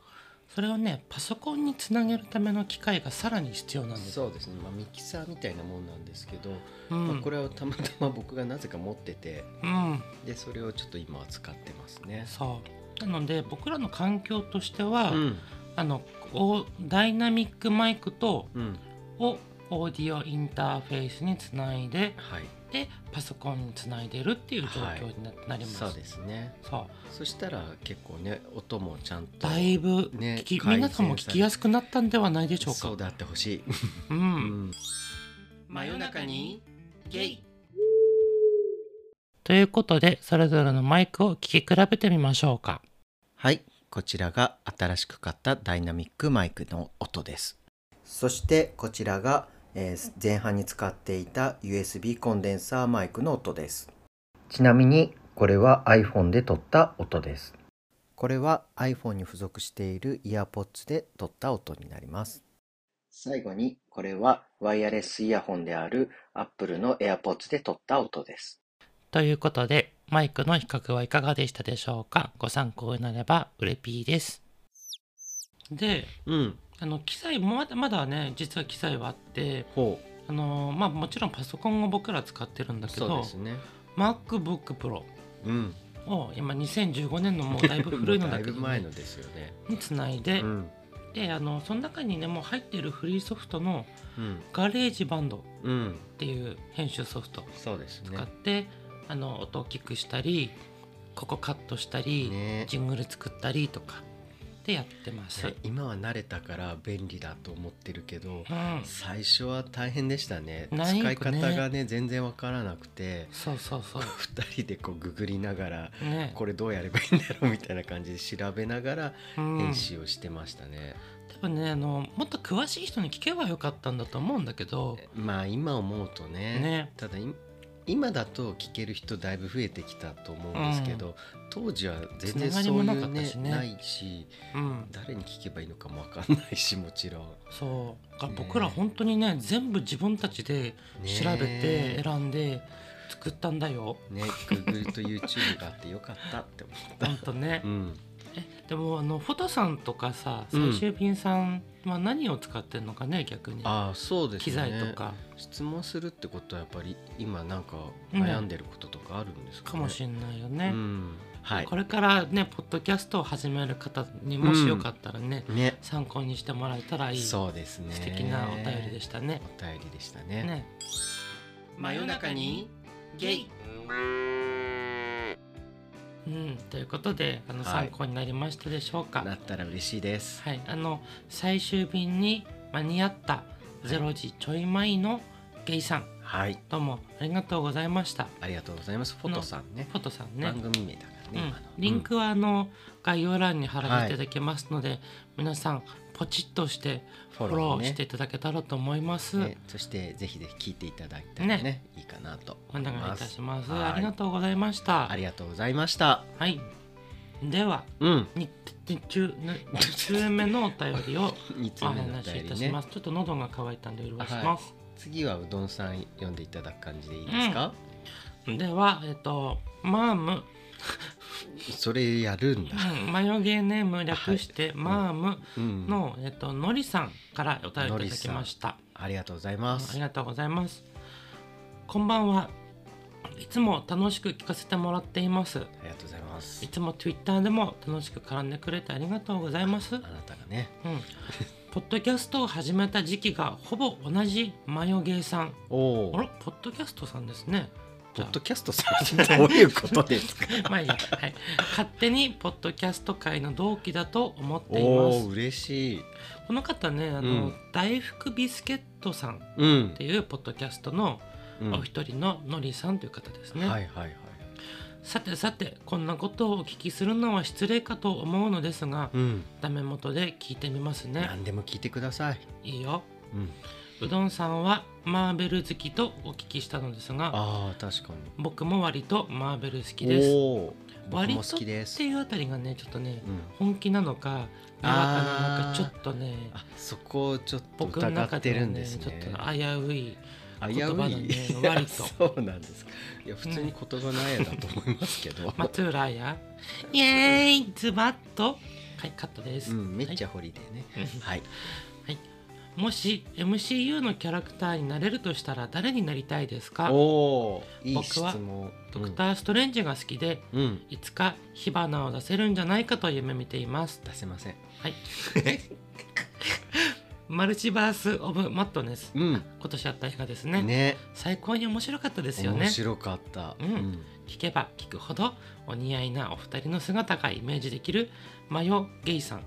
[SPEAKER 1] それをねパソコンにつなげるための機械がさらに必要なんです
[SPEAKER 2] そうですね、まあ、ミキサーみたいなもんなんですけど、
[SPEAKER 1] うん、
[SPEAKER 2] まあ、これをたまたま (laughs) 僕がなぜか持ってて
[SPEAKER 1] うん、
[SPEAKER 2] でそれをちょっと今は使ってますね
[SPEAKER 1] そうなので僕らの環境としては、
[SPEAKER 2] うん
[SPEAKER 1] あのおダイナミックマイクと
[SPEAKER 2] うん
[SPEAKER 1] をオーディオインターフェイスにつないで
[SPEAKER 2] はい
[SPEAKER 1] でパソコンにつないでるっていう状況にな,、なります
[SPEAKER 2] そうですね
[SPEAKER 1] そう
[SPEAKER 2] そしたら結構ね音もちゃんと
[SPEAKER 1] だいぶ
[SPEAKER 2] ね
[SPEAKER 1] 聞き、
[SPEAKER 2] 改善
[SPEAKER 1] 皆さんも聞きやすくなったんではないでしょうか
[SPEAKER 2] そうであってほしい、
[SPEAKER 1] う、
[SPEAKER 2] うんん、
[SPEAKER 1] 真夜中に
[SPEAKER 2] ゲイ
[SPEAKER 1] ということでそれぞれのマイクを聞き比べてみましょうか
[SPEAKER 2] はいこちらが新しく買ったダイナミックマイクの音ですそしてこちらが、えー前半に使っていた USB コンデンサーマイクの音ですちなみにこれは iPhone で撮った音ですこれは iPhone に付属しているイヤーポッツで撮った音になります最後にこれはワイヤレスイヤホンである Apple の AirPods で撮った音です
[SPEAKER 1] ということでマイクの比較はいかがでしたでしょうかご参考になればうれぴーですで
[SPEAKER 2] うん
[SPEAKER 1] あの機材もまだまだね実は機材はあって
[SPEAKER 2] ほ
[SPEAKER 1] あのまあもちろんパソコンを僕ら使ってるんだ
[SPEAKER 2] う
[SPEAKER 1] けど、
[SPEAKER 2] ね
[SPEAKER 1] MacBookPro
[SPEAKER 2] うん
[SPEAKER 1] を今2015年のもうだいぶ古いのだ
[SPEAKER 2] (laughs)
[SPEAKER 1] けど、
[SPEAKER 2] ぶ前のですよね。
[SPEAKER 1] につないで、
[SPEAKER 2] うん
[SPEAKER 1] であのその中にねもう入ってるフリーソフトの
[SPEAKER 2] うん
[SPEAKER 1] ガレージバンドっ
[SPEAKER 2] うん
[SPEAKER 1] ていう編集ソフトを
[SPEAKER 2] そうですね
[SPEAKER 1] 使っ。て、あの音を大きくしたりここカットしたり、
[SPEAKER 2] ね
[SPEAKER 1] ジングル作ったりとかでやってます。
[SPEAKER 2] ね今は慣れたから便利だと思ってるけど、
[SPEAKER 1] うん、
[SPEAKER 2] 最初は大変でしたね。
[SPEAKER 1] ないよ
[SPEAKER 2] 使
[SPEAKER 1] ね
[SPEAKER 2] い方がね全然わからなくて、
[SPEAKER 1] そうそうそ
[SPEAKER 2] (laughs) 二人でこうググりながら。
[SPEAKER 1] う。ね、
[SPEAKER 2] これどうやればいいんだろうみたいな感じで調べながら
[SPEAKER 1] うん
[SPEAKER 2] 編集をしてましたね、
[SPEAKER 1] 多分ねあのもっと詳しい人に聞けばよかったんだと思うんだけど、
[SPEAKER 2] まあ今思うとね
[SPEAKER 1] ね
[SPEAKER 2] ただい今だと聞ける人だいぶ増えてきたと思うんですけど、当時は全然
[SPEAKER 1] つながり
[SPEAKER 2] そうい
[SPEAKER 1] も
[SPEAKER 2] う
[SPEAKER 1] な
[SPEAKER 2] ね
[SPEAKER 1] か
[SPEAKER 2] な
[SPEAKER 1] ったしね
[SPEAKER 2] いし
[SPEAKER 1] うん、
[SPEAKER 2] 誰に聞けばいいのかもわかんないしもちろん、
[SPEAKER 1] そうだから
[SPEAKER 2] ね
[SPEAKER 1] 僕ら本当にね全部自分たちで
[SPEAKER 2] ね
[SPEAKER 1] 調べて選んで作ったんだよ。
[SPEAKER 2] ね Google と YouTube があってよかったって思った
[SPEAKER 1] ほんとね
[SPEAKER 2] う、ん
[SPEAKER 1] でもあのフォトさんとかさ
[SPEAKER 2] うん
[SPEAKER 1] 最終便さんは何を使ってるのかね逆に
[SPEAKER 2] ああそうですね
[SPEAKER 1] 機材とか
[SPEAKER 2] 質問するってことはやっぱり今なんか悩んでることとかあるんですか、ね
[SPEAKER 1] かもしれないよね
[SPEAKER 2] う。んはい
[SPEAKER 1] これからねポッドキャストを始める方にもしよかったらね、
[SPEAKER 2] ね
[SPEAKER 1] 参考にしてもらえたらいい素
[SPEAKER 2] そうですね
[SPEAKER 1] 敵なお便りでしたね。
[SPEAKER 2] お便りでしたね
[SPEAKER 1] ね
[SPEAKER 2] 真夜中にゲイ
[SPEAKER 1] うん、ということであの
[SPEAKER 2] はい
[SPEAKER 1] 参考になりましたでしょうか、は
[SPEAKER 2] ないったら嬉しいです
[SPEAKER 1] あの最終便に間に合った0時ちょい前のゲイさん
[SPEAKER 2] はい
[SPEAKER 1] どうもありがとうございました
[SPEAKER 2] ありがとうございますフォトさんね
[SPEAKER 1] フォトさんね
[SPEAKER 2] 番組名だから
[SPEAKER 1] う
[SPEAKER 2] ね
[SPEAKER 1] ん
[SPEAKER 2] 今の、
[SPEAKER 1] リンクはあの概要欄に貼らせていただけますので、皆さんポチッとして
[SPEAKER 2] フ
[SPEAKER 1] フォローしていただけたらと思います、
[SPEAKER 2] ねそしてぜひぜひ聞いていただいたらね
[SPEAKER 1] ね
[SPEAKER 2] いいかなと
[SPEAKER 1] お
[SPEAKER 2] 思い
[SPEAKER 1] 願いい
[SPEAKER 2] ま
[SPEAKER 1] た
[SPEAKER 2] す
[SPEAKER 1] します
[SPEAKER 2] はい
[SPEAKER 1] ありがとうございました
[SPEAKER 2] ありがとうございました
[SPEAKER 1] はいでは
[SPEAKER 2] うん
[SPEAKER 1] 2通
[SPEAKER 2] (laughs)
[SPEAKER 1] 目のお便りを
[SPEAKER 2] 2つ
[SPEAKER 1] お
[SPEAKER 2] 目のお
[SPEAKER 1] 話しい
[SPEAKER 2] 便
[SPEAKER 1] た
[SPEAKER 2] り
[SPEAKER 1] し
[SPEAKER 2] ね
[SPEAKER 1] ます、ちょっと喉が渇いたんで潤します、
[SPEAKER 2] 次はうどんさん読んでいただく感じでいいですか
[SPEAKER 1] ではえっとマーム、
[SPEAKER 2] それやるんだ
[SPEAKER 1] うん、眉毛ネーム略して、マーム
[SPEAKER 2] うん
[SPEAKER 1] の、えっとのりさんからお便りいただきました
[SPEAKER 2] ありがとうござい
[SPEAKER 1] あ
[SPEAKER 2] ま
[SPEAKER 1] り
[SPEAKER 2] す
[SPEAKER 1] がとうございますこんばんはいつも楽しく聞かせてもらっています
[SPEAKER 2] ありがとうございます
[SPEAKER 1] いつも Twitter でも楽しく絡んでくれてありがとうございます
[SPEAKER 2] (laughs) あなたがね
[SPEAKER 1] うん、ポッドキャストを始めた時期がほぼ同じマヨゲーさん
[SPEAKER 2] お
[SPEAKER 1] あら
[SPEAKER 2] お
[SPEAKER 1] ポッドキャストさんですね
[SPEAKER 2] ポッドキャストさんってどういうことです
[SPEAKER 1] (laughs)
[SPEAKER 2] か
[SPEAKER 1] まあいいや、はい、勝手にポッドキャスト界の同期だと思っていま
[SPEAKER 2] おお
[SPEAKER 1] す
[SPEAKER 2] 嬉しい
[SPEAKER 1] この方ねあの、
[SPEAKER 2] うん
[SPEAKER 1] 大福ビスケットさん
[SPEAKER 2] うん
[SPEAKER 1] っていうポッドキャストの
[SPEAKER 2] うん
[SPEAKER 1] お一人ののりさんという方ですね、
[SPEAKER 2] はいはいはい
[SPEAKER 1] さてさてこんなことをお聞きするのは失礼かと思うのですが、
[SPEAKER 2] うん
[SPEAKER 1] ダメ元で聞いてみますね
[SPEAKER 2] 何でも聞いてください
[SPEAKER 1] いいよ
[SPEAKER 2] うん
[SPEAKER 1] うどんさんはマーベル好きとお聞きしたのですが
[SPEAKER 2] あー確かに
[SPEAKER 1] 僕も割とマーベル好きです
[SPEAKER 2] おー僕
[SPEAKER 1] 割
[SPEAKER 2] も
[SPEAKER 1] と
[SPEAKER 2] 好
[SPEAKER 1] っ
[SPEAKER 2] きで
[SPEAKER 1] て
[SPEAKER 2] す
[SPEAKER 1] いうあたりがねちょっとね
[SPEAKER 2] うん
[SPEAKER 1] 本気なのかにわかなのか
[SPEAKER 2] あー
[SPEAKER 1] ちょっとね
[SPEAKER 2] あそこをちょっと
[SPEAKER 1] 僕の
[SPEAKER 2] 疑
[SPEAKER 1] 中
[SPEAKER 2] って
[SPEAKER 1] で
[SPEAKER 2] る
[SPEAKER 1] は
[SPEAKER 2] ん
[SPEAKER 1] ね
[SPEAKER 2] です
[SPEAKER 1] ちょっ
[SPEAKER 2] ね
[SPEAKER 1] と危うい
[SPEAKER 2] 危
[SPEAKER 1] 言葉
[SPEAKER 2] う
[SPEAKER 1] だ
[SPEAKER 2] い、
[SPEAKER 1] ね割と
[SPEAKER 2] (laughs) そうなんですかいや普通に言葉のあやだと思いますけ
[SPEAKER 1] (laughs)
[SPEAKER 2] ど、
[SPEAKER 1] 松浦やイエーイズバッとはいカットです、
[SPEAKER 2] うんめっちゃ堀でね
[SPEAKER 1] はい
[SPEAKER 2] はい
[SPEAKER 1] もし MCU のキャラクターになれるとしたら誰になりたいですか
[SPEAKER 2] おおーいい質
[SPEAKER 1] 僕は
[SPEAKER 2] 問
[SPEAKER 1] ドクター・ストレンジが好きで
[SPEAKER 2] うん、うん、
[SPEAKER 1] いつか火花を出せるんじゃないかと夢見ています
[SPEAKER 2] 出せません
[SPEAKER 1] はいマルチバース・オブ・マットネス
[SPEAKER 2] うん
[SPEAKER 1] 今年あった映画ですね
[SPEAKER 2] ね
[SPEAKER 1] 最高に面白かったですよね
[SPEAKER 2] 面白かった、
[SPEAKER 1] うん聞けば聞くほどお似合いなお二人の姿がイメージできるマヨゲイさん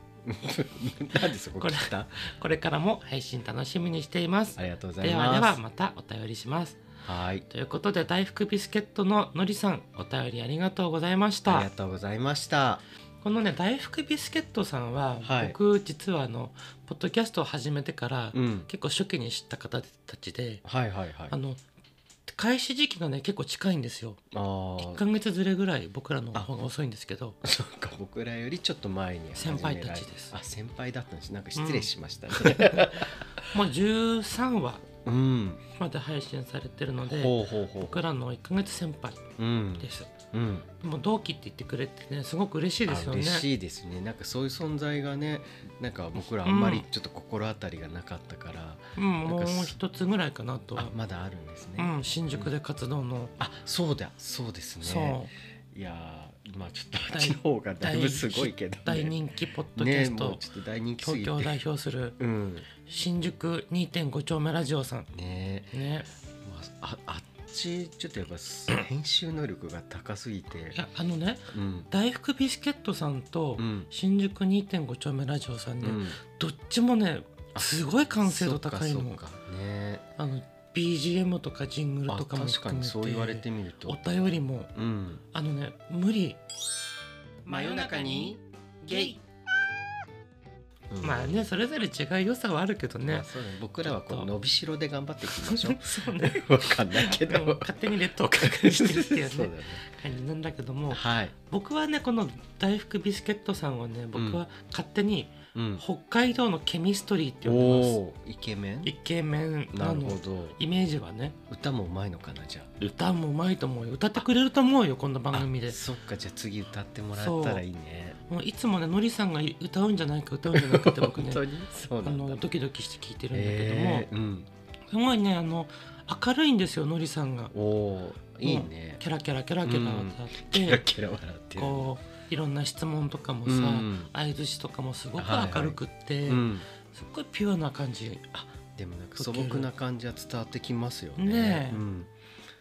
[SPEAKER 2] なんでそこ聞いた
[SPEAKER 1] これからも配信楽しみにしています
[SPEAKER 2] ありがとうござい
[SPEAKER 1] ではでは
[SPEAKER 2] ます
[SPEAKER 1] またお便りします
[SPEAKER 2] はい
[SPEAKER 1] ということで大福ビスケットののりさんお便りありがとうございまし
[SPEAKER 2] あり
[SPEAKER 1] た
[SPEAKER 2] がとうございました
[SPEAKER 1] このね大福ビスケットさんは、
[SPEAKER 2] はい
[SPEAKER 1] 僕実はあのポッドキャストを始めてから、
[SPEAKER 2] うん
[SPEAKER 1] 結構初期に知った方たちで
[SPEAKER 2] はいはいはい
[SPEAKER 1] あの開始時期がね結構近いんですよ
[SPEAKER 2] あ
[SPEAKER 1] 1
[SPEAKER 2] ー
[SPEAKER 1] ヶ月ずれぐらい僕らの方が遅いんですけど
[SPEAKER 2] そっか僕らよりちょっと前に
[SPEAKER 1] 先輩たちです
[SPEAKER 2] あ先輩だったんですなんか失礼しましたね
[SPEAKER 1] もう13話
[SPEAKER 2] (laughs) うん、
[SPEAKER 1] まで配信されてるので
[SPEAKER 2] ほうほうほ
[SPEAKER 1] 僕らの1ヶ月先輩
[SPEAKER 2] ううん
[SPEAKER 1] です
[SPEAKER 2] うん
[SPEAKER 1] もう同期って言ってくれてねすごく嬉しいですよ
[SPEAKER 2] あ
[SPEAKER 1] ね
[SPEAKER 2] 嬉しいですねなんかそういう存在がねなんか僕らあんまりちょっと心当たりがなかったから、
[SPEAKER 1] うん、もう一つぐらいかなとは
[SPEAKER 2] あ、まだあるんですね、
[SPEAKER 1] うん、新宿で活動の、
[SPEAKER 2] あそうだそうですね
[SPEAKER 1] そう
[SPEAKER 2] いやまあちょっとあっちの方がだいぶすごいけど、ね、
[SPEAKER 1] 大人気ポッドキャ
[SPEAKER 2] ね
[SPEAKER 1] ス
[SPEAKER 2] もう
[SPEAKER 1] ト、
[SPEAKER 2] ちょっと大人気す
[SPEAKER 1] 東
[SPEAKER 2] ぎ
[SPEAKER 1] 京を
[SPEAKER 2] て
[SPEAKER 1] 代表する
[SPEAKER 2] うんね
[SPEAKER 1] 新宿2.5丁目ラジオさん
[SPEAKER 2] え
[SPEAKER 1] ね
[SPEAKER 2] まあ、ああっちちょっとやっぱ
[SPEAKER 1] (laughs)
[SPEAKER 2] す編集能力が高すぎて
[SPEAKER 1] いやあのね
[SPEAKER 2] うん
[SPEAKER 1] 大福ビスケットさんと
[SPEAKER 2] うん
[SPEAKER 1] 新宿2.5丁目ラジオさん
[SPEAKER 2] う
[SPEAKER 1] ね、
[SPEAKER 2] ん
[SPEAKER 1] どっちもね
[SPEAKER 2] あ
[SPEAKER 1] すごい完成度高い
[SPEAKER 2] そっ
[SPEAKER 1] の
[SPEAKER 2] かそっかね
[SPEAKER 1] あの BGM とかジングル
[SPEAKER 2] あ
[SPEAKER 1] とかも
[SPEAKER 2] 確か
[SPEAKER 1] 含め
[SPEAKER 2] に
[SPEAKER 1] て
[SPEAKER 2] そう言われてみると
[SPEAKER 1] お便りも
[SPEAKER 2] うん
[SPEAKER 1] あのね無理
[SPEAKER 2] 真夜中にゲイうん
[SPEAKER 1] まあねそれぞれ違う良さはあるけど
[SPEAKER 2] ま
[SPEAKER 1] ね
[SPEAKER 2] あそうだね僕らは
[SPEAKER 1] ち
[SPEAKER 2] こ
[SPEAKER 1] ょっ
[SPEAKER 2] う
[SPEAKER 1] と
[SPEAKER 2] 伸びしろで頑張っていきま
[SPEAKER 1] (laughs)
[SPEAKER 2] しょう
[SPEAKER 1] そう
[SPEAKER 2] (laughs)
[SPEAKER 1] ね
[SPEAKER 2] わかんないけ
[SPEAKER 1] で
[SPEAKER 2] ど
[SPEAKER 1] も勝手に劣等感 (laughs) 感じてるってい
[SPEAKER 2] (laughs) そうう
[SPEAKER 1] ね
[SPEAKER 2] だね
[SPEAKER 1] 感じなんだけども
[SPEAKER 2] はい、
[SPEAKER 1] 僕はねこの大福ビスケットさんはね僕は勝手に
[SPEAKER 2] うん、
[SPEAKER 1] 北海道のケミストリーって
[SPEAKER 2] お
[SPEAKER 1] 呼んでます
[SPEAKER 2] おーイケメン
[SPEAKER 1] イケメン
[SPEAKER 2] な
[SPEAKER 1] な
[SPEAKER 2] るほ
[SPEAKER 1] の
[SPEAKER 2] ど
[SPEAKER 1] イメージはね
[SPEAKER 2] 歌もうまいのかなじゃ
[SPEAKER 1] 歌もうまいと思うよ歌ってくれると思うよこんな
[SPEAKER 2] あ
[SPEAKER 1] 番組
[SPEAKER 2] あ
[SPEAKER 1] で
[SPEAKER 2] そっかじゃあ次歌ってもらったらいいね
[SPEAKER 1] もういつもねのりさんが歌うんじゃないか歌うんじゃないかって僕ね
[SPEAKER 2] に (laughs) そう
[SPEAKER 1] あ
[SPEAKER 2] なんだ
[SPEAKER 1] のドキドキして聞いてるんだけども
[SPEAKER 2] えー、うん
[SPEAKER 1] すごいねあの明るいんですよのりさんが
[SPEAKER 2] おおいいね
[SPEAKER 1] キャラキャラキャラキャラ歌っ
[SPEAKER 2] キ
[SPEAKER 1] て、
[SPEAKER 2] ラキラ笑ってる
[SPEAKER 1] こういろんな質問とかもさ、
[SPEAKER 2] うん
[SPEAKER 1] 相槌とかもすごく
[SPEAKER 2] はいはい
[SPEAKER 1] 明るくって、
[SPEAKER 2] うん
[SPEAKER 1] すっごいピュアな感じ
[SPEAKER 2] あでもなんか素朴な感じは伝わってきますよね
[SPEAKER 1] ねえ
[SPEAKER 2] うん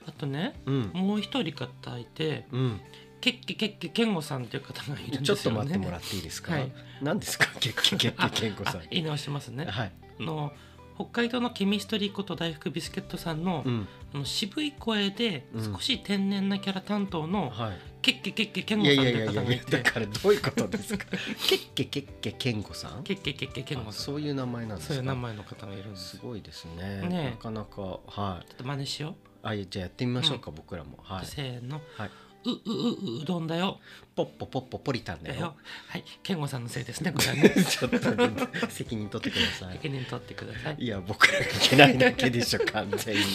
[SPEAKER 1] あとね
[SPEAKER 2] うん
[SPEAKER 1] もう一人方いて
[SPEAKER 2] うん
[SPEAKER 1] ケッケケッケケンゴさんっていう方がいるんですよね
[SPEAKER 2] ちょっと待ってもらっていいですか、
[SPEAKER 1] はい
[SPEAKER 2] 何ですか結局結
[SPEAKER 1] あ
[SPEAKER 2] 局健吾さん
[SPEAKER 1] あ言い直しますね
[SPEAKER 2] はい、
[SPEAKER 1] あの北海道のケミストリーこと大福ビスケットさんの,、
[SPEAKER 2] うん、
[SPEAKER 1] あの渋い声で
[SPEAKER 2] うん
[SPEAKER 1] 少し天然なキャラ担当の、
[SPEAKER 2] はい
[SPEAKER 1] ケッケケッケケン
[SPEAKER 2] い
[SPEAKER 1] ゴ
[SPEAKER 2] や
[SPEAKER 1] さんと
[SPEAKER 2] いや
[SPEAKER 1] い
[SPEAKER 2] い
[SPEAKER 1] う
[SPEAKER 2] やい
[SPEAKER 1] 方
[SPEAKER 2] や
[SPEAKER 1] がい
[SPEAKER 2] いやだ
[SPEAKER 1] て
[SPEAKER 2] からどういうことですかけっけけっけ健吾さん
[SPEAKER 1] ケッケケッケケンゴ
[SPEAKER 2] あ
[SPEAKER 1] さん
[SPEAKER 2] そういう名前なんですか
[SPEAKER 1] そういう名前の方がいるんですすちょ
[SPEAKER 2] ごいですね
[SPEAKER 1] ねえ
[SPEAKER 2] なかなかは
[SPEAKER 1] っと真似しよ
[SPEAKER 2] いあいやじゃあやってみましょうか、僕らも
[SPEAKER 1] う、
[SPEAKER 2] はい
[SPEAKER 1] せーの、
[SPEAKER 2] はいう
[SPEAKER 1] ううううどんだよ
[SPEAKER 2] ポッポポッポポリタンだ
[SPEAKER 1] だ
[SPEAKER 2] よ
[SPEAKER 1] よはい健吾さんのせいですねこれはね
[SPEAKER 2] ちょっとね責任取ってください
[SPEAKER 1] 責任取ってください
[SPEAKER 2] いや僕らがいけないだけでしょ完全に、は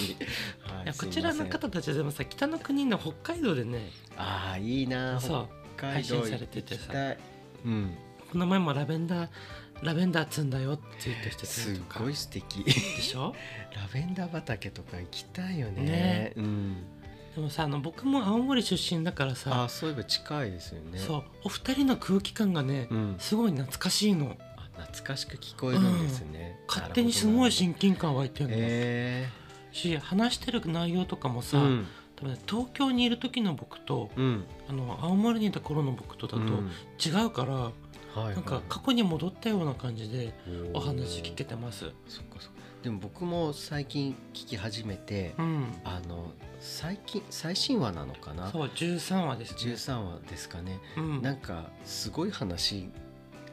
[SPEAKER 2] い
[SPEAKER 1] いや
[SPEAKER 2] す
[SPEAKER 1] こ
[SPEAKER 2] いま
[SPEAKER 1] ち
[SPEAKER 2] せん
[SPEAKER 1] らの方たちはでもさ北の国の北海道でね
[SPEAKER 2] ああいいな
[SPEAKER 1] そう
[SPEAKER 2] 北海道
[SPEAKER 1] 配信されててさ
[SPEAKER 2] 行きたいうん
[SPEAKER 1] この前もラベンダーラベンダー摘んだよってツイートしてた
[SPEAKER 2] す
[SPEAKER 1] り
[SPEAKER 2] っ
[SPEAKER 1] とか
[SPEAKER 2] ごい素敵
[SPEAKER 1] でしょ
[SPEAKER 2] ラベンダー畑とか行きたいよね
[SPEAKER 1] ね
[SPEAKER 2] うん、
[SPEAKER 1] でもさあの僕も青森出身だから
[SPEAKER 2] あ
[SPEAKER 1] さ、
[SPEAKER 2] あそういえば近いですよね
[SPEAKER 1] そうお二人の空気感がね、
[SPEAKER 2] うん、
[SPEAKER 1] すごい懐かしいの
[SPEAKER 2] あ懐かしく聞こえるんですね、
[SPEAKER 1] 勝手にすごい親近感湧いてるの、
[SPEAKER 2] え
[SPEAKER 1] し話してる内容とかも
[SPEAKER 2] え
[SPEAKER 1] さ、
[SPEAKER 2] うん
[SPEAKER 1] 多分ね東京にいる時の僕と
[SPEAKER 2] うん
[SPEAKER 1] あの青森にいた頃の僕とだと
[SPEAKER 2] うん
[SPEAKER 1] 違うから、
[SPEAKER 2] はいはい
[SPEAKER 1] なんか過去に戻ったような感じで
[SPEAKER 2] ー
[SPEAKER 1] お話聞けてます。
[SPEAKER 2] そっかそっかでも僕も最近聞き始めて、
[SPEAKER 1] うん、
[SPEAKER 2] あの最近最新話なのかな
[SPEAKER 1] そう13話です、ね。
[SPEAKER 2] 13話ですかね、
[SPEAKER 1] うん、
[SPEAKER 2] なんかすごい話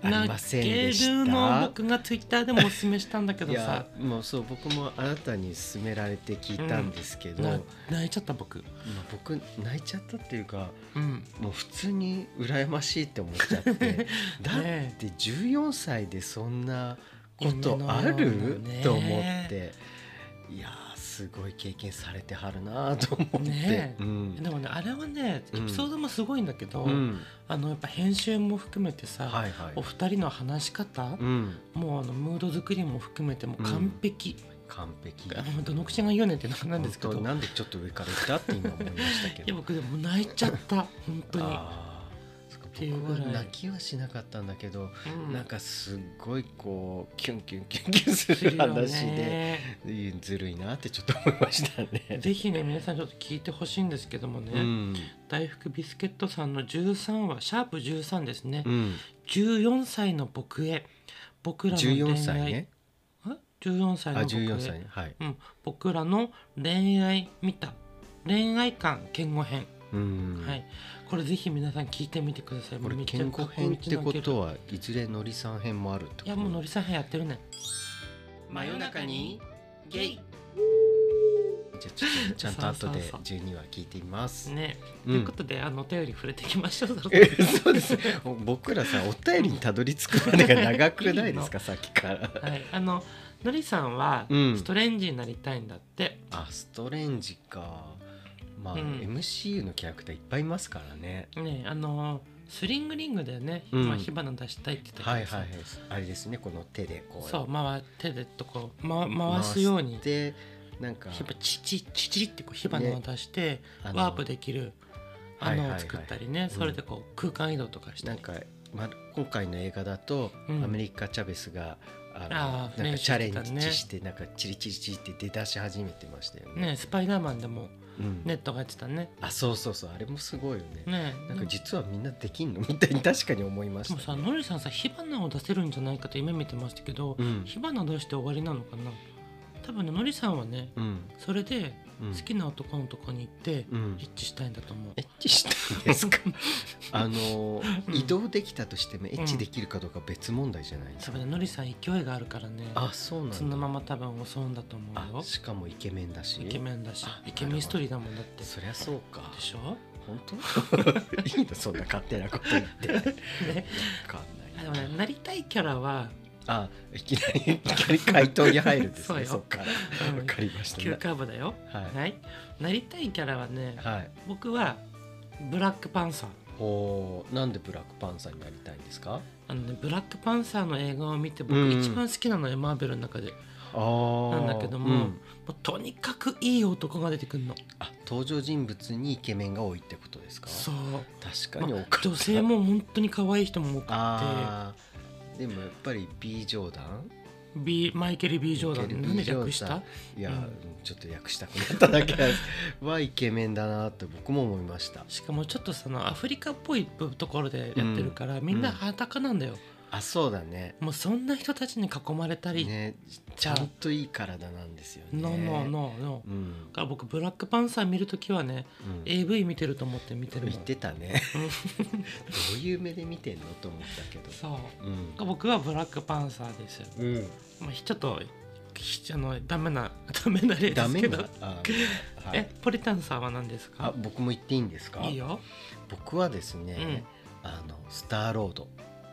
[SPEAKER 2] ありませんでし
[SPEAKER 1] 泣けるのを
[SPEAKER 2] た
[SPEAKER 1] 僕がツイッターでもおすすめしたんだけ
[SPEAKER 2] い
[SPEAKER 1] ど
[SPEAKER 2] や
[SPEAKER 1] さ
[SPEAKER 2] もうそう僕もあなたに勧められて聞いたんですけど、
[SPEAKER 1] な
[SPEAKER 2] ま
[SPEAKER 1] 泣いちゃった僕、
[SPEAKER 2] あ僕泣いちゃったっていうか
[SPEAKER 1] うん、
[SPEAKER 2] もう普通に羨ましいって思っ
[SPEAKER 1] (laughs)
[SPEAKER 2] ちゃってだって14歳でそんなことあ
[SPEAKER 1] 夢のよ
[SPEAKER 2] る、
[SPEAKER 1] うなね
[SPEAKER 2] と思っていやーすごい経験されてはるなと思って、
[SPEAKER 1] ねえ
[SPEAKER 2] うん
[SPEAKER 1] でもねあれはねエピソードもすごいんだけど、
[SPEAKER 2] うん
[SPEAKER 1] あのやっぱ編集も含めてさ、
[SPEAKER 2] はいはい
[SPEAKER 1] お二人の話し方、
[SPEAKER 2] うん、
[SPEAKER 1] もうあのムード作りも含めてもう完璧、
[SPEAKER 2] 完璧
[SPEAKER 1] あのどの口が言うねんってなんなんですけど
[SPEAKER 2] 本当
[SPEAKER 1] い
[SPEAKER 2] なんでちょっと上から行ったって今思いましたけど
[SPEAKER 1] や僕でも泣いちゃった本当に、
[SPEAKER 2] あーそっか
[SPEAKER 1] ていうぐらい
[SPEAKER 2] 僕は泣きはしなかったんだけど、 (laughs)
[SPEAKER 1] うん
[SPEAKER 2] なんかすっごいこうキュンキュンキュンキュンす
[SPEAKER 1] する
[SPEAKER 2] る
[SPEAKER 1] よ
[SPEAKER 2] 話で
[SPEAKER 1] ね
[SPEAKER 2] (laughs) うんずるいなってちょっと思いましたね。
[SPEAKER 1] ぜひね皆さんちょっと聞いてほしいんですけどもね、
[SPEAKER 2] うん
[SPEAKER 1] 大福ビスケットさんの13話シャープ13ですね、
[SPEAKER 2] うん、
[SPEAKER 1] 14歳の僕へ僕らの恋愛
[SPEAKER 2] 14歳ね
[SPEAKER 1] え14歳
[SPEAKER 2] あ
[SPEAKER 1] の僕へ
[SPEAKER 2] 14歳ねはい、
[SPEAKER 1] うん、僕らの恋愛見た恋愛観言語編、
[SPEAKER 2] うん
[SPEAKER 1] はいこれぜひ皆さん聞いてみてください
[SPEAKER 2] これ
[SPEAKER 1] めっちゃ
[SPEAKER 2] 健康編って
[SPEAKER 1] 過去一泣
[SPEAKER 2] こ
[SPEAKER 1] ける
[SPEAKER 2] とはいずれのりさん編もあるってこと
[SPEAKER 1] いやもうのりさん編やってるね
[SPEAKER 2] 真夜中にゲイじゃあちょっとちゃんと後で12話聞いてみます。
[SPEAKER 1] ね、
[SPEAKER 2] うん
[SPEAKER 1] ということであのお便り触れていきましょうそろそろ
[SPEAKER 2] えそうです (laughs) 僕らさお便りにたどり着くまでが長くないで
[SPEAKER 1] (laughs)
[SPEAKER 2] すかさっきから
[SPEAKER 1] はい、あののりさんは
[SPEAKER 2] うん
[SPEAKER 1] ストレンジになりたいんだって、
[SPEAKER 2] あストレンジかまあ、
[SPEAKER 1] うん
[SPEAKER 2] MCU のキャラクターいっぱいいますからね
[SPEAKER 1] ねあのスリングリングだよね、
[SPEAKER 2] うん
[SPEAKER 1] まあ、火花出したいって言ってた
[SPEAKER 2] はい
[SPEAKER 1] けどさ
[SPEAKER 2] はいはいあれですねこの手でこう
[SPEAKER 1] そう回手でとこう、ま、回すように
[SPEAKER 2] でなんか
[SPEAKER 1] やっぱチチチチってこう火花を出して、
[SPEAKER 2] あの
[SPEAKER 1] ワープできるあ
[SPEAKER 2] はいはい
[SPEAKER 1] の
[SPEAKER 2] はい
[SPEAKER 1] を作ったりね、それでこう空間移動とかした
[SPEAKER 2] なん
[SPEAKER 1] り
[SPEAKER 2] か、ま、今回の映画だと、
[SPEAKER 1] うん
[SPEAKER 2] アメリカチャベスがあ
[SPEAKER 1] あー
[SPEAKER 2] のなんかチャレ
[SPEAKER 1] フレンチしてた
[SPEAKER 2] ン
[SPEAKER 1] ね
[SPEAKER 2] ジしてなんかチリチリチリって出だし始めてましたよね。
[SPEAKER 1] ねスパイダーマンでも
[SPEAKER 2] うん
[SPEAKER 1] ネットがやってたね
[SPEAKER 2] あそうそうそうあれもすごいよね。
[SPEAKER 1] ね
[SPEAKER 2] なんか実はみんなできんのみたいに確かに思いま
[SPEAKER 1] でも
[SPEAKER 2] した
[SPEAKER 1] さ
[SPEAKER 2] ね、
[SPEAKER 1] のりさんさ火花を出せるんじゃないかと夢見てましたけど、
[SPEAKER 2] うん
[SPEAKER 1] 火花出して終わりなのかな多分ねのりさんはね
[SPEAKER 2] うん
[SPEAKER 1] それで
[SPEAKER 2] うん
[SPEAKER 1] 好きな男のとこに行って
[SPEAKER 2] うん
[SPEAKER 1] エッチしたいんだと思う
[SPEAKER 2] エッチしたん
[SPEAKER 1] (laughs)
[SPEAKER 2] ですかあの
[SPEAKER 1] うん
[SPEAKER 2] 移動できたとしてもエッチできるかどうか別問題じゃないです
[SPEAKER 1] 多
[SPEAKER 2] か、
[SPEAKER 1] 分ねのりさん勢いがあるからね
[SPEAKER 2] あそうなんだ
[SPEAKER 1] そのまま多分襲うんだと思う
[SPEAKER 2] あ
[SPEAKER 1] よ
[SPEAKER 2] しかもイケメンだし
[SPEAKER 1] イケメンだし
[SPEAKER 2] あ
[SPEAKER 1] イケメンストーリーだもんだって
[SPEAKER 2] そりゃそうか
[SPEAKER 1] でしょ
[SPEAKER 2] 本当いいんだそんな勝手なこと言ってわ
[SPEAKER 1] ね
[SPEAKER 2] かん
[SPEAKER 1] あ
[SPEAKER 2] ない
[SPEAKER 1] でもねなりたいキャラは、
[SPEAKER 2] あいきなりいきなり回答に入るんです
[SPEAKER 1] そう
[SPEAKER 2] ね
[SPEAKER 1] よ
[SPEAKER 2] そっから
[SPEAKER 1] う
[SPEAKER 2] わ
[SPEAKER 1] ん、
[SPEAKER 2] かりました
[SPEAKER 1] 急
[SPEAKER 2] ね
[SPEAKER 1] カーブだよ
[SPEAKER 2] は
[SPEAKER 1] はいなりたいキャラはね
[SPEAKER 2] いはい
[SPEAKER 1] 僕はブラックパンサー
[SPEAKER 2] おーなんでブラックパンサーになりたいんですか
[SPEAKER 1] あのね、ブラックパンサーの映画を見て僕
[SPEAKER 2] うんうん
[SPEAKER 1] 一番好きなのよ、マーベルの中でも
[SPEAKER 2] あー
[SPEAKER 1] なんだけどもうとにかくいい男が出てくるの
[SPEAKER 2] あ登場人物にイケメンが多いってことですか
[SPEAKER 1] そう、
[SPEAKER 2] 確かに
[SPEAKER 1] ま
[SPEAKER 2] 多
[SPEAKER 1] あ
[SPEAKER 2] かった
[SPEAKER 1] 女性も本当に可愛い人も多く
[SPEAKER 2] あーでもやっぱり B ジョーダン
[SPEAKER 1] て、B、マイケル・ B ・ジョーダ
[SPEAKER 2] マイケル
[SPEAKER 1] ン
[SPEAKER 2] B
[SPEAKER 1] なんで
[SPEAKER 2] ジョーダン
[SPEAKER 1] 略した
[SPEAKER 2] いや、
[SPEAKER 1] うん
[SPEAKER 2] ちょっと訳したくなっただけなんです (laughs) はイケメンだなって僕も思いました
[SPEAKER 1] しかもちょっとそのアフリカっぽいところでやってるから、みんな裸なんだよ、
[SPEAKER 2] あそうだね
[SPEAKER 1] もうそんな人たちに囲まれたり、
[SPEAKER 2] ねちゃんといい体なんですよね
[SPEAKER 1] ノーノーノーノー
[SPEAKER 2] うん
[SPEAKER 1] だから僕ブラックパンサー見るときはね、
[SPEAKER 2] うん
[SPEAKER 1] AV 見てると思って見てるもん
[SPEAKER 2] 見てたねどういう目で見てんのと思ったけど
[SPEAKER 1] そう
[SPEAKER 2] うん
[SPEAKER 1] 僕はブラックパンサーですよ
[SPEAKER 2] うん
[SPEAKER 1] まあ、ちょっとひあのダメな (laughs) ダメな例で
[SPEAKER 2] ダ
[SPEAKER 1] す
[SPEAKER 2] メ
[SPEAKER 1] け
[SPEAKER 2] な
[SPEAKER 1] ど、
[SPEAKER 2] あー、はい
[SPEAKER 1] えポリタンさんは何です
[SPEAKER 2] あ
[SPEAKER 1] か
[SPEAKER 2] 僕も言っていいんですか
[SPEAKER 1] いいよ
[SPEAKER 2] 僕はですね、あのスターロード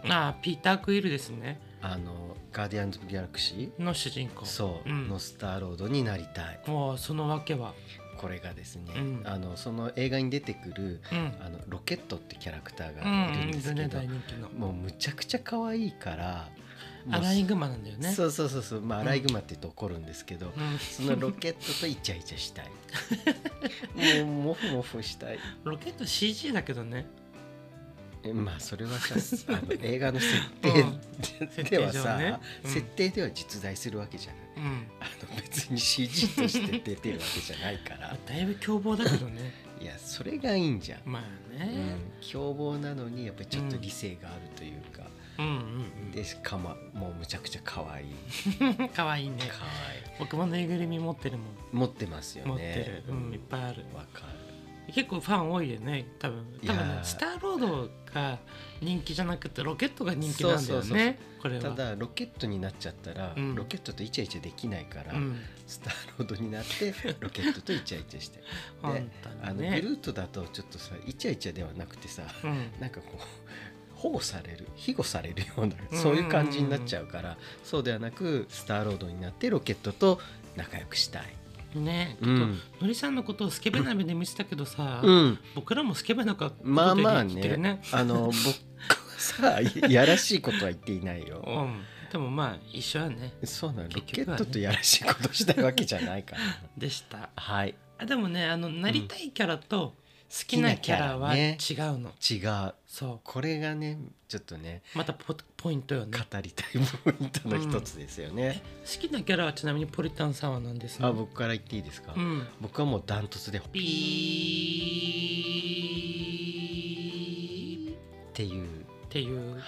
[SPEAKER 1] あピーター・クイルですね
[SPEAKER 2] あのガーディアンズ・オブ・ギャラクシ
[SPEAKER 1] の主人公
[SPEAKER 2] ーそう、
[SPEAKER 1] うん
[SPEAKER 2] のスターロードになりたい
[SPEAKER 1] もうそのわけは
[SPEAKER 2] これがですね、
[SPEAKER 1] うん
[SPEAKER 2] あのその映画に出てくる
[SPEAKER 1] うん
[SPEAKER 2] あのロケットってキャラクター
[SPEAKER 1] うん
[SPEAKER 2] がいるんですけ
[SPEAKER 1] ね
[SPEAKER 2] ど、
[SPEAKER 1] 大人気の
[SPEAKER 2] もうむちゃくちゃ可愛いからも
[SPEAKER 1] ア
[SPEAKER 2] う
[SPEAKER 1] ライグマなんだよね
[SPEAKER 2] そうそうそうそうまあ
[SPEAKER 1] う
[SPEAKER 2] ア
[SPEAKER 1] ん
[SPEAKER 2] ライグマって言うと怒るんですけど、
[SPEAKER 1] うん
[SPEAKER 2] そのロケットとイチャイチャしたいもうモフモフしたい
[SPEAKER 1] ロケット CG だけどね
[SPEAKER 2] えまあそれは
[SPEAKER 1] (laughs)
[SPEAKER 2] さあの映画の設定
[SPEAKER 1] うん
[SPEAKER 2] では
[SPEAKER 1] 設定上
[SPEAKER 2] さ、
[SPEAKER 1] ねうん
[SPEAKER 2] 設定では実在するわけじゃない
[SPEAKER 1] うん
[SPEAKER 2] あの別に CG として出てるわけじゃないか
[SPEAKER 1] あ (laughs)
[SPEAKER 2] ら
[SPEAKER 1] だいぶ凶暴だけど
[SPEAKER 2] (laughs)
[SPEAKER 1] ね
[SPEAKER 2] いやそれがいいんじゃん、
[SPEAKER 1] まあね
[SPEAKER 2] うん凶暴なのにやっぱりちょっと理性があるというか、
[SPEAKER 1] うん
[SPEAKER 2] でしかももうむちゃくちゃ可愛い
[SPEAKER 1] うんうんかわいいね
[SPEAKER 2] 可愛
[SPEAKER 1] 僕もぬいぐるみ持ってるもん
[SPEAKER 2] い持ってますよね
[SPEAKER 1] 持ってるうんいっぱいある
[SPEAKER 2] わか
[SPEAKER 1] 結構ファン多いよね多分
[SPEAKER 2] い
[SPEAKER 1] 多
[SPEAKER 2] やー
[SPEAKER 1] 分ねスターロードが人気じゃなくてロケットが人気なんだよね
[SPEAKER 2] そうそうそうそう
[SPEAKER 1] これ
[SPEAKER 2] る
[SPEAKER 1] は
[SPEAKER 2] ただロケットになっちゃったら、
[SPEAKER 1] うん
[SPEAKER 2] ロケットとイチャイチャできないから、
[SPEAKER 1] うん
[SPEAKER 2] スターロードにな
[SPEAKER 1] (laughs)
[SPEAKER 2] ってロケットとイチャイチャして
[SPEAKER 1] 本当
[SPEAKER 2] あ
[SPEAKER 1] に
[SPEAKER 2] の、
[SPEAKER 1] ね
[SPEAKER 2] グルートだとちょっとさイチャイチャではなくてさ
[SPEAKER 1] うん
[SPEAKER 2] なんかこう保護される庇護されるような
[SPEAKER 1] うん
[SPEAKER 2] そういう感じになっちゃうから、そうではなくスターロードになってロケットと仲良くしたい。
[SPEAKER 1] ね
[SPEAKER 2] う
[SPEAKER 1] ちょっと
[SPEAKER 2] ん
[SPEAKER 1] のりさんのことをスケベな目で見せたけどさ、
[SPEAKER 2] うん、
[SPEAKER 1] 僕らもスケベなことで
[SPEAKER 2] まあまあ
[SPEAKER 1] 生きて
[SPEAKER 2] ね
[SPEAKER 1] るね
[SPEAKER 2] あの僕
[SPEAKER 1] (laughs)
[SPEAKER 2] はさいやらしいことは言っていないよ。
[SPEAKER 1] うんでもまあ一緒やね
[SPEAKER 2] そうなのロ
[SPEAKER 1] 結
[SPEAKER 2] ケ
[SPEAKER 1] 局
[SPEAKER 2] ッ
[SPEAKER 1] はね
[SPEAKER 2] トとやらしいことしたいわけじゃな
[SPEAKER 1] (laughs)
[SPEAKER 2] いから。
[SPEAKER 1] でした
[SPEAKER 2] はい
[SPEAKER 1] あでもねあのなりたいキャラと好きなキャラは違う
[SPEAKER 2] ね
[SPEAKER 1] の、
[SPEAKER 2] 違う
[SPEAKER 1] そ
[SPEAKER 2] これがねちょっとね
[SPEAKER 1] うまたポポイントよね
[SPEAKER 2] 語りたいポイントの一つですよね。
[SPEAKER 1] 好きなキャラはちなみにポリタンさんは何です
[SPEAKER 2] あ僕から言っていいですか、
[SPEAKER 1] うん
[SPEAKER 2] 僕はもうダントツで「ピ
[SPEAKER 1] ピーっ
[SPEAKER 2] ー」っていう
[SPEAKER 1] ていう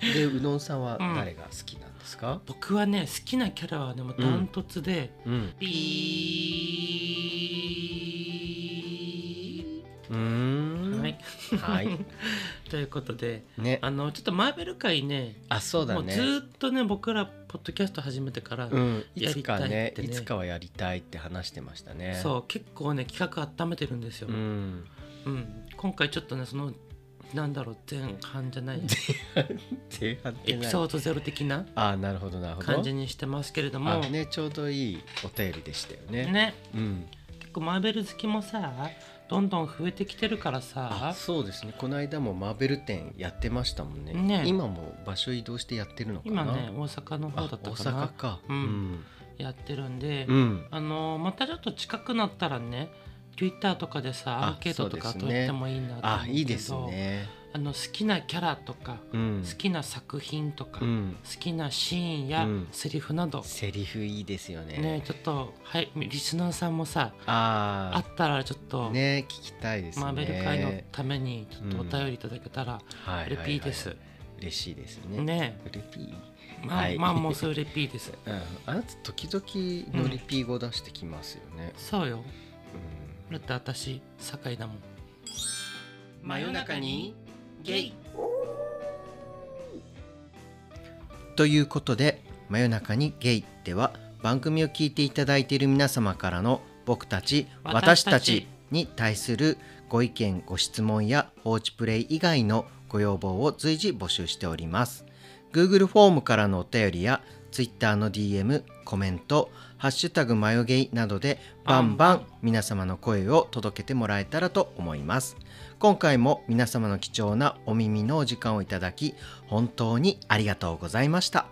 [SPEAKER 2] でうどんさんは誰が好きなんですか、
[SPEAKER 1] 僕はね好きなキャラはねもうダントツで、
[SPEAKER 2] うん、
[SPEAKER 1] ピ
[SPEAKER 2] うーん
[SPEAKER 1] ーはい、
[SPEAKER 2] はい、
[SPEAKER 1] ということで
[SPEAKER 2] ね
[SPEAKER 1] (laughs) あのちょっとマーベル界ね
[SPEAKER 2] あそうだ
[SPEAKER 1] もうず
[SPEAKER 2] ね
[SPEAKER 1] ーっとね僕らポッドキャスト始めてから、
[SPEAKER 2] うんいつか
[SPEAKER 1] やりたいっ
[SPEAKER 2] ね
[SPEAKER 1] て
[SPEAKER 2] い
[SPEAKER 1] ね
[SPEAKER 2] つかはやりたいって話してましたね
[SPEAKER 1] そう結構ね企画温めてるんですよ、うん
[SPEAKER 2] ん、
[SPEAKER 1] 今回ちょっとねそのなんだろう前半じゃない
[SPEAKER 2] 前半って
[SPEAKER 1] エ
[SPEAKER 2] ない
[SPEAKER 1] ピソードゼロ的な
[SPEAKER 2] あなるほどなるほど
[SPEAKER 1] 感じにしてますけれど
[SPEAKER 2] あ
[SPEAKER 1] も、
[SPEAKER 2] ねちょうどいいお便りでしたよね
[SPEAKER 1] ね
[SPEAKER 2] うん、
[SPEAKER 1] 結構マーベル好きもさどんどん増えてきてるから
[SPEAKER 2] あ
[SPEAKER 1] さ
[SPEAKER 2] そうですねこの間もマーベル展やってましたもんね
[SPEAKER 1] ね
[SPEAKER 2] 今も場所移動してやってるのかな
[SPEAKER 1] 今ね大阪の
[SPEAKER 2] あ
[SPEAKER 1] 方だった
[SPEAKER 2] 大
[SPEAKER 1] かな
[SPEAKER 2] 阪か
[SPEAKER 1] うんやってるんで、
[SPEAKER 2] うん、
[SPEAKER 1] あのーまたちょっと近くなったらね Twitter とかでさ
[SPEAKER 2] あ
[SPEAKER 1] アンケートとか
[SPEAKER 2] そう
[SPEAKER 1] 取
[SPEAKER 2] ですね
[SPEAKER 1] ってもいいなと思うけど
[SPEAKER 2] あいいですね。
[SPEAKER 1] あの好きなキャラとか、
[SPEAKER 2] うん
[SPEAKER 1] 好きな作品とか、
[SPEAKER 2] う
[SPEAKER 1] 好
[SPEAKER 2] ん、
[SPEAKER 1] きなシーンや
[SPEAKER 2] うん
[SPEAKER 1] セリフなど、
[SPEAKER 2] セリフいいですよね。
[SPEAKER 1] ねちょっとはいリスナーさんもさあ
[SPEAKER 2] あ
[SPEAKER 1] ったらちょっ
[SPEAKER 2] あ
[SPEAKER 1] と、
[SPEAKER 2] ね聞きたいですね。
[SPEAKER 1] マーベル界のためにちょっとお便りいただけたら
[SPEAKER 2] はいはいはい
[SPEAKER 1] LP です。
[SPEAKER 2] 嬉しいですね。
[SPEAKER 1] ね
[SPEAKER 2] LP。
[SPEAKER 1] まあ、
[SPEAKER 2] はい
[SPEAKER 1] まあもうそれレピーです
[SPEAKER 2] うん、あなた時々のリピー語出してきますよね。
[SPEAKER 1] そうよ
[SPEAKER 2] うん
[SPEAKER 1] だって私酒井だもん
[SPEAKER 2] 真夜中にゲイということで「真夜中にゲイ」では番組を聞いていただいている皆様からの僕たち私
[SPEAKER 1] 私
[SPEAKER 2] た
[SPEAKER 1] たち
[SPEAKER 2] ちに対するご意見ご質問や放置プレイ以外のご要望を随時募集しております Google フォームからのお便りや Twitter の DM コメント「ハッシュタグマヨゲイ」などでバンバン皆様の声を届けてもらえたらと思います今回も皆様の貴重なお耳のお時間をいただき本当にありがとうございました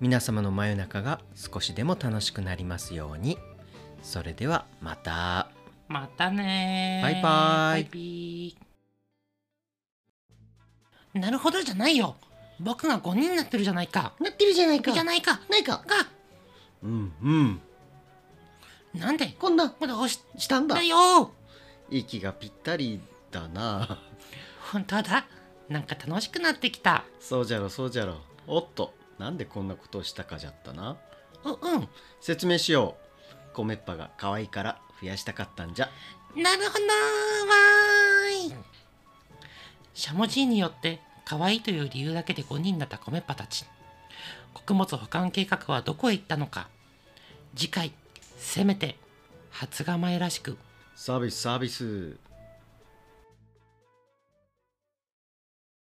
[SPEAKER 2] 皆様の真夜中が少しでも楽しくなりますようにそれではまた
[SPEAKER 1] またねー
[SPEAKER 2] バイバイ
[SPEAKER 1] バイビーなるほどじゃないよ僕が5人になってるじゃないか
[SPEAKER 2] なってるじゃない
[SPEAKER 1] じゃないか
[SPEAKER 2] ないか
[SPEAKER 1] が
[SPEAKER 2] うんうん
[SPEAKER 1] なんで
[SPEAKER 2] こんな
[SPEAKER 1] まだ押し
[SPEAKER 2] したんだ
[SPEAKER 1] たよ
[SPEAKER 2] 息がぴったりだな
[SPEAKER 1] 本当だなんか楽しくなってきた
[SPEAKER 2] そうじゃろそうじゃろおっとなんでこんなことをしたかじゃったな
[SPEAKER 1] ううん
[SPEAKER 2] 説明しよう米っぱが可愛いから増やしたかったんじゃ
[SPEAKER 1] なるほどーわーいしゃもじいによって可愛いという理由だけで5人になった米っぱたち穀物保管計画はどこへ行ったのか次回せめて初構えらしく
[SPEAKER 2] サービスサービス